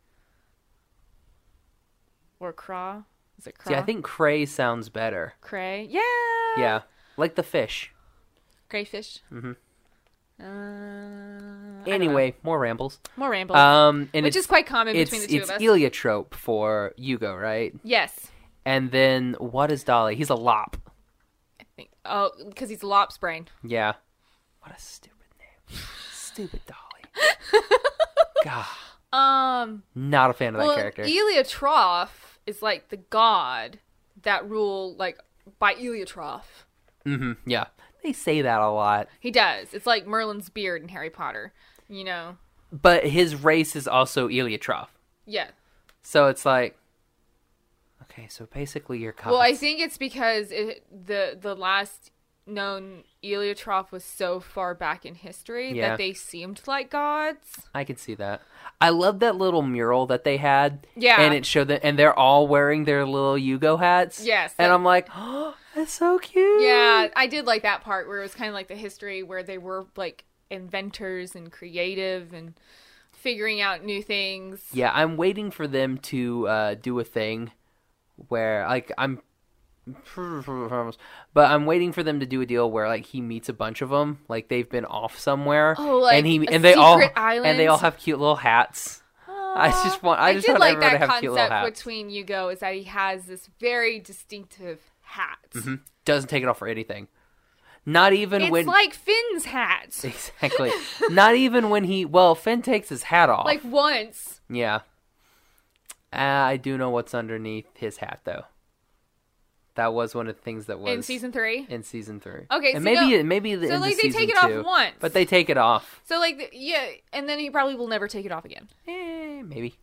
[SPEAKER 2] or craw. Is it craw?
[SPEAKER 1] Yeah, I think cray sounds better.
[SPEAKER 2] cray. Yeah.
[SPEAKER 1] Yeah. Like the fish.
[SPEAKER 2] Crayfish. Mm-hmm. Uh,
[SPEAKER 1] Anyway, more rambles.
[SPEAKER 2] more ramble,
[SPEAKER 1] Um, and
[SPEAKER 2] which
[SPEAKER 1] it's,
[SPEAKER 2] is quite common
[SPEAKER 1] it's,
[SPEAKER 2] between the two
[SPEAKER 1] it's
[SPEAKER 2] of us.
[SPEAKER 1] heliotrope for Hugo, right?
[SPEAKER 2] yes.
[SPEAKER 1] And then what is Dolly? He's a lop.
[SPEAKER 2] I think. Oh, because he's Lop's brain.
[SPEAKER 1] Yeah. What a stupid name. stupid Dolly. God.
[SPEAKER 2] Um.
[SPEAKER 1] Not a fan of
[SPEAKER 2] well,
[SPEAKER 1] that character.
[SPEAKER 2] Eliotrof is like the god that rule like by Eliotrof.
[SPEAKER 1] yeah. They say that a lot.
[SPEAKER 2] He does. It's like Merlin's beard in Harry Potter. You know.
[SPEAKER 1] But his race is also Eliotrof.
[SPEAKER 2] Yeah.
[SPEAKER 1] So it's like Okay, so basically you're cops.
[SPEAKER 2] Well, I think it's because it, the the last known Eliotrof was so far back in history
[SPEAKER 1] Yeah.
[SPEAKER 2] that they seemed like gods.
[SPEAKER 1] I can see that. I love that little mural that they had.
[SPEAKER 2] Yeah.
[SPEAKER 1] And it showed that and they're all wearing their little Yugo hats.
[SPEAKER 2] Yes,
[SPEAKER 1] And
[SPEAKER 2] that-
[SPEAKER 1] I'm like, oh, that's so cute.
[SPEAKER 2] Yeah, I did like that part where it was kind of like the history where they were like inventors and creative and figuring out new things.
[SPEAKER 1] Yeah, I'm waiting for them to uh, do a thing where, like, I'm. But I'm waiting for them to do a deal where, like, he meets a bunch of them, like they've been off somewhere.
[SPEAKER 2] Oh, like
[SPEAKER 1] and he
[SPEAKER 2] a
[SPEAKER 1] and they all
[SPEAKER 2] secret
[SPEAKER 1] and they all
[SPEAKER 2] island?
[SPEAKER 1] have cute little hats. I just want. I, just
[SPEAKER 2] did
[SPEAKER 1] want
[SPEAKER 2] like
[SPEAKER 1] everyone
[SPEAKER 2] that
[SPEAKER 1] to have cute little
[SPEAKER 2] concept
[SPEAKER 1] hats.
[SPEAKER 2] between Hugo is that he has this very distinctive hat.
[SPEAKER 1] Doesn't take it off for anything. Not even
[SPEAKER 2] It's
[SPEAKER 1] Mm-hmm. when
[SPEAKER 2] like Finn's hat.
[SPEAKER 1] exactly. Not even when he. Well, Finn takes his hat off.
[SPEAKER 2] Like once,
[SPEAKER 1] yeah. Uh, I do know what's underneath his hat, though. That was one of the things that was
[SPEAKER 2] in season three.
[SPEAKER 1] in season three.
[SPEAKER 2] Okay,
[SPEAKER 1] and
[SPEAKER 2] so
[SPEAKER 1] maybe
[SPEAKER 2] no-
[SPEAKER 1] it- maybe the,
[SPEAKER 2] so,
[SPEAKER 1] in the
[SPEAKER 2] like, they
[SPEAKER 1] season
[SPEAKER 2] take it off
[SPEAKER 1] two,
[SPEAKER 2] once.
[SPEAKER 1] but they take it off.
[SPEAKER 2] So like the- yeah, and then he probably will never take it off again.
[SPEAKER 1] Eh, maybe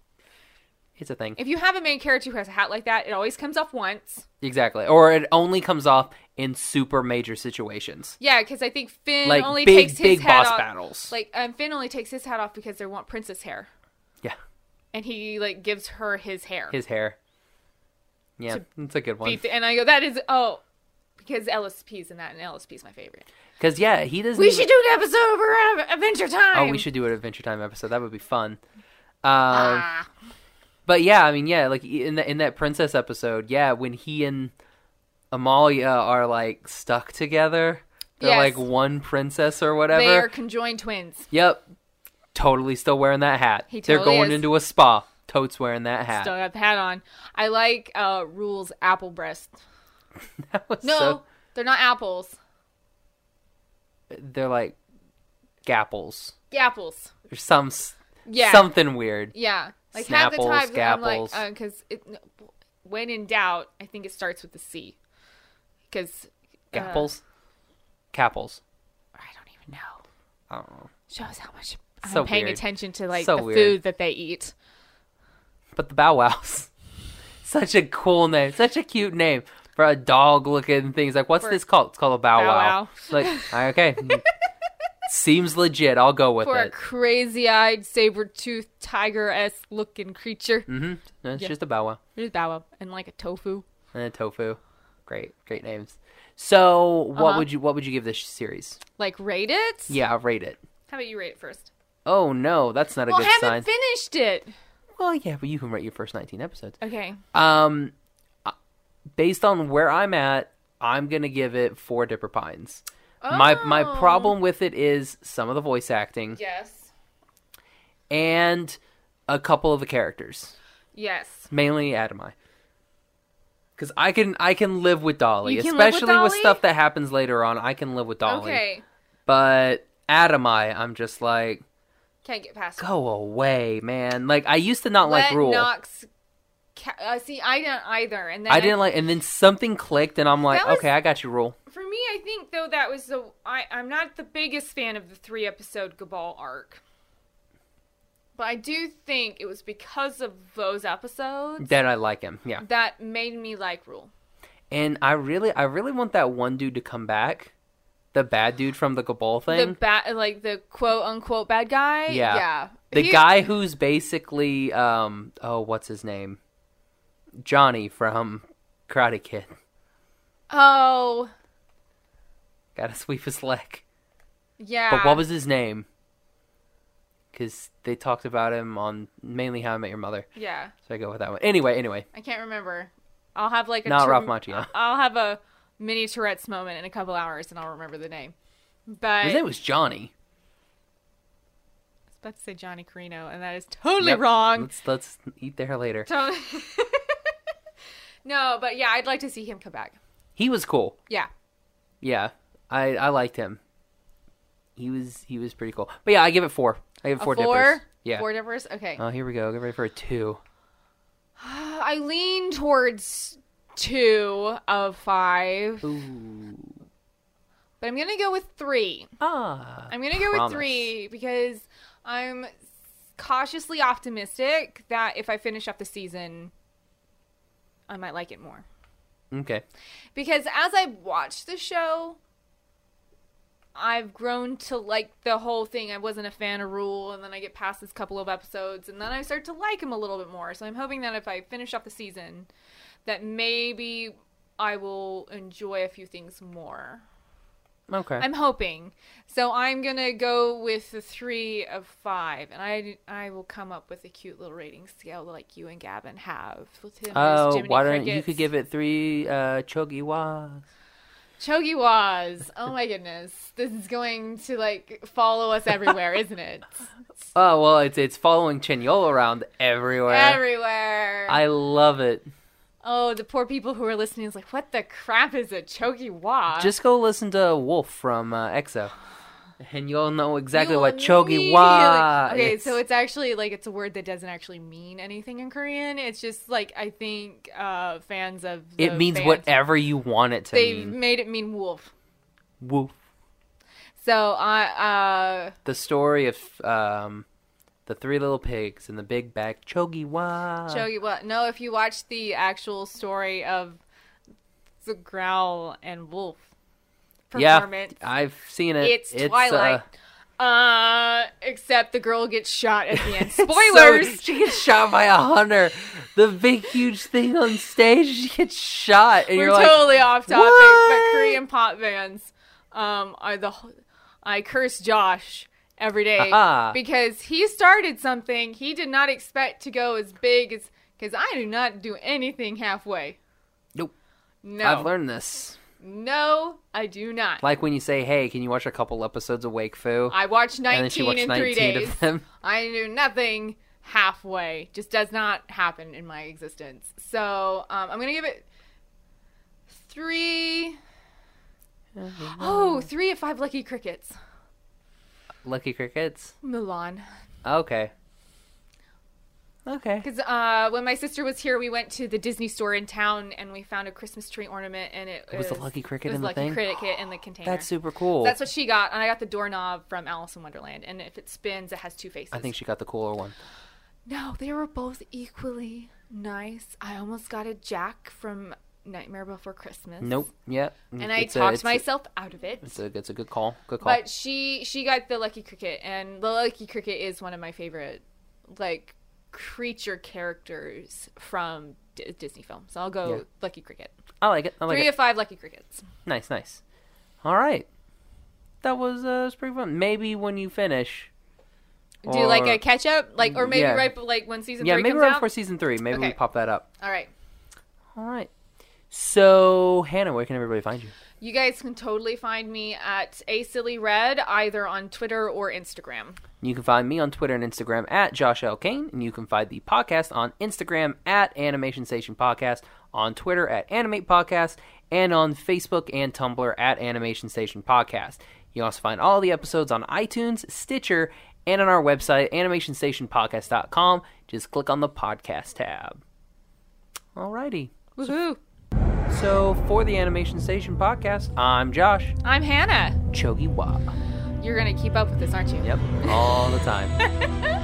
[SPEAKER 1] it's a thing.
[SPEAKER 2] If you have a main character who has a hat like that, it always comes off once.
[SPEAKER 1] exactly, or it only comes off in super major situations,
[SPEAKER 2] Yeah, because I think Finn
[SPEAKER 1] like
[SPEAKER 2] only
[SPEAKER 1] big
[SPEAKER 2] takes his
[SPEAKER 1] big
[SPEAKER 2] hat
[SPEAKER 1] boss
[SPEAKER 2] off.
[SPEAKER 1] battles.
[SPEAKER 2] Like um, Finn only takes his hat off because they want princess hair.
[SPEAKER 1] yeah,
[SPEAKER 2] and he like gives her his hair.
[SPEAKER 1] His hair. Yeah, it's a good one.
[SPEAKER 2] Beat the- and I go, that is oh, because LSP's in that, and LSP's my favorite.
[SPEAKER 1] Because yeah, he doesn't.
[SPEAKER 2] We
[SPEAKER 1] even-
[SPEAKER 2] should do an episode over on Adventure Time.
[SPEAKER 1] Oh, we should do an Adventure Time episode. That would be fun. Um,
[SPEAKER 2] Ah,
[SPEAKER 1] But yeah, I mean, yeah, like e, in the, in that princess episode, yeah, when he and Amalia are like stuck together, they're like
[SPEAKER 2] Yes.
[SPEAKER 1] one princess or whatever.
[SPEAKER 2] they are conjoined twins.
[SPEAKER 1] Yep, totally still wearing that hat.
[SPEAKER 2] He
[SPEAKER 1] they're
[SPEAKER 2] totally
[SPEAKER 1] going
[SPEAKER 2] is.
[SPEAKER 1] into a spa. Totes wearing that hat.
[SPEAKER 2] Still got the hat on. I like uh, Rules apple breast.
[SPEAKER 1] That was
[SPEAKER 2] No,
[SPEAKER 1] so-
[SPEAKER 2] they're not apples.
[SPEAKER 1] they're like gapples
[SPEAKER 2] Gapples.
[SPEAKER 1] or some s-
[SPEAKER 2] Yeah.
[SPEAKER 1] something weird.
[SPEAKER 2] Yeah, like half the
[SPEAKER 1] Snapples,
[SPEAKER 2] time I'm like,
[SPEAKER 1] gapples.
[SPEAKER 2] because it when in doubt, I think it starts with the C. Because
[SPEAKER 1] Gapples, Capples.
[SPEAKER 2] I don't even know.
[SPEAKER 1] I don't know.
[SPEAKER 2] Shows how much I'm
[SPEAKER 1] So
[SPEAKER 2] paying
[SPEAKER 1] weird.
[SPEAKER 2] attention to like
[SPEAKER 1] So
[SPEAKER 2] the
[SPEAKER 1] weird.
[SPEAKER 2] food that they eat.
[SPEAKER 1] But the Bow Wows. Such a cool name. Such a cute name for a dog looking thing. It's like, what's
[SPEAKER 2] For-
[SPEAKER 1] this called? It's called a Bow,
[SPEAKER 2] Bow
[SPEAKER 1] Wow.
[SPEAKER 2] Wow.
[SPEAKER 1] Like, "Ah, okay. Seems legit. I'll go with
[SPEAKER 2] For a
[SPEAKER 1] it.
[SPEAKER 2] crazy-eyed, saber-toothed, tiger-esque looking creature.
[SPEAKER 1] Mm-hmm. No, it's
[SPEAKER 2] yeah.
[SPEAKER 1] just a Bow Wow
[SPEAKER 2] There's Bow Wow and like a tofu.
[SPEAKER 1] and a Tofu. Great, great names. So, what
[SPEAKER 2] Uh-huh.
[SPEAKER 1] would you what would you give this series?
[SPEAKER 2] Like rate it.
[SPEAKER 1] Yeah, I'll rate it.
[SPEAKER 2] How about you rate it first?
[SPEAKER 1] Oh no, that's not a
[SPEAKER 2] Well,
[SPEAKER 1] good sign.
[SPEAKER 2] haven't finished it.
[SPEAKER 1] well, yeah, but you can rate your first nineteen episodes.
[SPEAKER 2] Okay.
[SPEAKER 1] Um, uh, based on where I'm at, I'm gonna give it four Dipper Pines. My my
[SPEAKER 2] Oh.
[SPEAKER 1] problem with it is some of the voice acting
[SPEAKER 2] Yes.
[SPEAKER 1] and a couple of the characters,
[SPEAKER 2] Yes.
[SPEAKER 1] mainly Adamai. Because I can I can live with Dolly,
[SPEAKER 2] You can live with
[SPEAKER 1] especially with,
[SPEAKER 2] Dolly?
[SPEAKER 1] stuff that happens later on. I can live with Dolly,
[SPEAKER 2] Okay.
[SPEAKER 1] but Adamai, I'm just like
[SPEAKER 2] Can't get past. it.
[SPEAKER 1] go away, man. Like I used to not like
[SPEAKER 2] Let
[SPEAKER 1] Rule.
[SPEAKER 2] Knox. Ca- uh, see, I didn't either, and then
[SPEAKER 1] I didn't like, and then something clicked, and I'm like,
[SPEAKER 2] That was-
[SPEAKER 1] okay, I got you, Rule.
[SPEAKER 2] For me, I think though that was the I I'm not the biggest fan of the three episode Gabal arc, but I do think it was because of those episodes
[SPEAKER 1] Then I like him, yeah.
[SPEAKER 2] that made me like Rule.
[SPEAKER 1] And I really, I really want that one dude to come back, the bad dude from the Gabal
[SPEAKER 2] The
[SPEAKER 1] thing,
[SPEAKER 2] bad, like the quote unquote bad guy.
[SPEAKER 1] Yeah.
[SPEAKER 2] yeah.
[SPEAKER 1] the
[SPEAKER 2] He-
[SPEAKER 1] guy who's basically, um, oh, what's his name, Johnny from Karate Kid.
[SPEAKER 2] Oh,
[SPEAKER 1] Gotta sweep his leg.
[SPEAKER 2] yeah.
[SPEAKER 1] But what was his name? Because they talked about him on mainly How I Met Your Mother,
[SPEAKER 2] Yeah,
[SPEAKER 1] so I go with that one. Anyway, anyway,
[SPEAKER 2] I can't remember. I'll have like a
[SPEAKER 1] not
[SPEAKER 2] tur-
[SPEAKER 1] Ralph Macchio.
[SPEAKER 2] I'll have a mini Tourette's moment in a couple hours, and I'll remember the name. But
[SPEAKER 1] His name was Johnny.
[SPEAKER 2] I was about to say Johnny Carino, and that is totally
[SPEAKER 1] Yep. Mm.
[SPEAKER 2] wrong.
[SPEAKER 1] Let's let's eat there later.
[SPEAKER 2] So- no, but yeah, I'd like to see him come back.
[SPEAKER 1] He was cool.
[SPEAKER 2] Yeah.
[SPEAKER 1] Yeah, I I liked him. He was he was pretty cool. But yeah, I give it four. I give it
[SPEAKER 2] A
[SPEAKER 1] four, dippers. Yeah.
[SPEAKER 2] Four dippers? Okay.
[SPEAKER 1] Oh, here we go. Get ready for a two.
[SPEAKER 2] I lean towards two of five,
[SPEAKER 1] Ooh.
[SPEAKER 2] but I'm going to go with three.
[SPEAKER 1] Ah.
[SPEAKER 2] I'm going to go with
[SPEAKER 1] promise.
[SPEAKER 2] three because I'm cautiously optimistic that if I finish up the season, I might like it more.
[SPEAKER 1] Okay.
[SPEAKER 2] because as I watched the show, I've grown to like the whole thing. I wasn't a fan of Rule, and then I get past this couple of episodes, and then I start to like him a little bit more. So I'm hoping that if I finish off the season, that maybe I will enjoy a few things more.
[SPEAKER 1] Okay.
[SPEAKER 2] I'm hoping. So I'm gonna go with the three of five, and I I will come up with a cute little rating scale like you and Gavin have with him.
[SPEAKER 1] Oh, why don't you could give it three uh chogiwas.
[SPEAKER 2] Chogi was. Oh my goodness. This is going to like follow us everywhere, isn't it?
[SPEAKER 1] Oh well, it's it's following Chinyol around everywhere.
[SPEAKER 2] everywhere.
[SPEAKER 1] I love it.
[SPEAKER 2] oh, the poor people who are listening is like, what the crap is a Chogi was?
[SPEAKER 1] Just go listen to Wolf from uh, EXO, and you'll know exactly
[SPEAKER 2] You'll
[SPEAKER 1] what chogiwa.
[SPEAKER 2] immediately- Okay,
[SPEAKER 1] is.
[SPEAKER 2] so it's actually like it's a word that doesn't actually mean anything in Korean. It's just like I think uh fans of
[SPEAKER 1] it
[SPEAKER 2] the
[SPEAKER 1] means
[SPEAKER 2] fans-
[SPEAKER 1] whatever you want it to
[SPEAKER 2] They
[SPEAKER 1] mean.
[SPEAKER 2] made it mean wolf.
[SPEAKER 1] Woof.
[SPEAKER 2] So I uh
[SPEAKER 1] the story of um, the three little pigs and the big bag chogi wa.
[SPEAKER 2] Chogi well no, if you watch the actual story of the growl and wolf
[SPEAKER 1] yeah,
[SPEAKER 2] performance,
[SPEAKER 1] I've seen it.
[SPEAKER 2] it's, Twilight.
[SPEAKER 1] uh,
[SPEAKER 2] Uh, except the girl gets shot at the end. Spoilers.
[SPEAKER 1] So she gets shot by a hunter. The big huge thing on stage. She gets shot, and
[SPEAKER 2] We're
[SPEAKER 1] you're like,
[SPEAKER 2] totally off topic,
[SPEAKER 1] "What?"
[SPEAKER 2] but Korean pop bands um, are the. wh- I curse Josh every day
[SPEAKER 1] Ah.
[SPEAKER 2] because he started something he did not expect to go as big as. Because I do not do anything halfway.
[SPEAKER 1] Nope.
[SPEAKER 2] No.
[SPEAKER 1] I've learned this.
[SPEAKER 2] No, I do not.
[SPEAKER 1] Like when you say, "Hey, can you watch a couple episodes of Wake Fu?"
[SPEAKER 2] I watched
[SPEAKER 1] and then she
[SPEAKER 2] 19
[SPEAKER 1] watched
[SPEAKER 2] in three
[SPEAKER 1] 19
[SPEAKER 2] days.
[SPEAKER 1] of them.
[SPEAKER 2] I do nothing halfway. Just does not happen in my existence. So um, I'm gonna give it three oh, three of five lucky crickets.
[SPEAKER 1] Lucky Crickets.
[SPEAKER 2] Mulan.
[SPEAKER 1] Okay. Okay.
[SPEAKER 2] Because uh, when my sister was here, we went to the Disney store in town and we found a Christmas tree ornament, and it,
[SPEAKER 1] It was a lucky cricket in the
[SPEAKER 2] lucky
[SPEAKER 1] thing?
[SPEAKER 2] cricket in the container.
[SPEAKER 1] That's super cool.
[SPEAKER 2] That's what she got, and I got the doorknob from Alice in Wonderland. And if it spins, it has two faces.
[SPEAKER 1] I think she got the cooler one.
[SPEAKER 2] No, they were both equally nice. I almost got a Jack from Nightmare Before Christmas.
[SPEAKER 1] Nope. Yeah.
[SPEAKER 2] And I
[SPEAKER 1] It's a-
[SPEAKER 2] talked
[SPEAKER 1] it's a-
[SPEAKER 2] myself out of it.
[SPEAKER 1] It's a, it's a good call. Good call.
[SPEAKER 2] But she she got the lucky cricket, and the lucky cricket is one of my favorite like creature characters from D- Disney films. So I'll go
[SPEAKER 1] Yeah.
[SPEAKER 2] lucky cricket.
[SPEAKER 1] I like it. I like
[SPEAKER 2] Three
[SPEAKER 1] it.
[SPEAKER 2] of five lucky crickets.
[SPEAKER 1] Nice, nice. All right, that was uh, was pretty fun. Maybe when you finish,
[SPEAKER 2] Do you like
[SPEAKER 1] Or-
[SPEAKER 2] a catch up, like or maybe
[SPEAKER 1] Yeah.
[SPEAKER 2] right like when season
[SPEAKER 1] yeah,
[SPEAKER 2] three
[SPEAKER 1] maybe
[SPEAKER 2] comes
[SPEAKER 1] right
[SPEAKER 2] out.
[SPEAKER 1] before season three, maybe we
[SPEAKER 2] Okay.
[SPEAKER 1] pop that up.
[SPEAKER 2] All right.
[SPEAKER 1] All right. So Hannah, where can everybody find you?
[SPEAKER 2] You guys can totally find me at A Silly Red either on Twitter or Instagram.
[SPEAKER 1] You can find me on Twitter and Instagram at Josh L. Kane, and you can find the podcast on Instagram at Animation Station Podcast, on Twitter at Animate Podcast, and on Facebook and Tumblr at Animation Station Podcast. You can also find all the episodes on iTunes, Stitcher, and on our website, animationstationpodcast.com. Just click on the podcast tab. Alrighty.
[SPEAKER 2] Woohoo!
[SPEAKER 1] So for the Animation Station Podcast, I'm Josh
[SPEAKER 2] I'm Hannah.
[SPEAKER 1] Chogi Wa.
[SPEAKER 2] You're gonna keep up with this, aren't you?
[SPEAKER 1] Yep, all the time.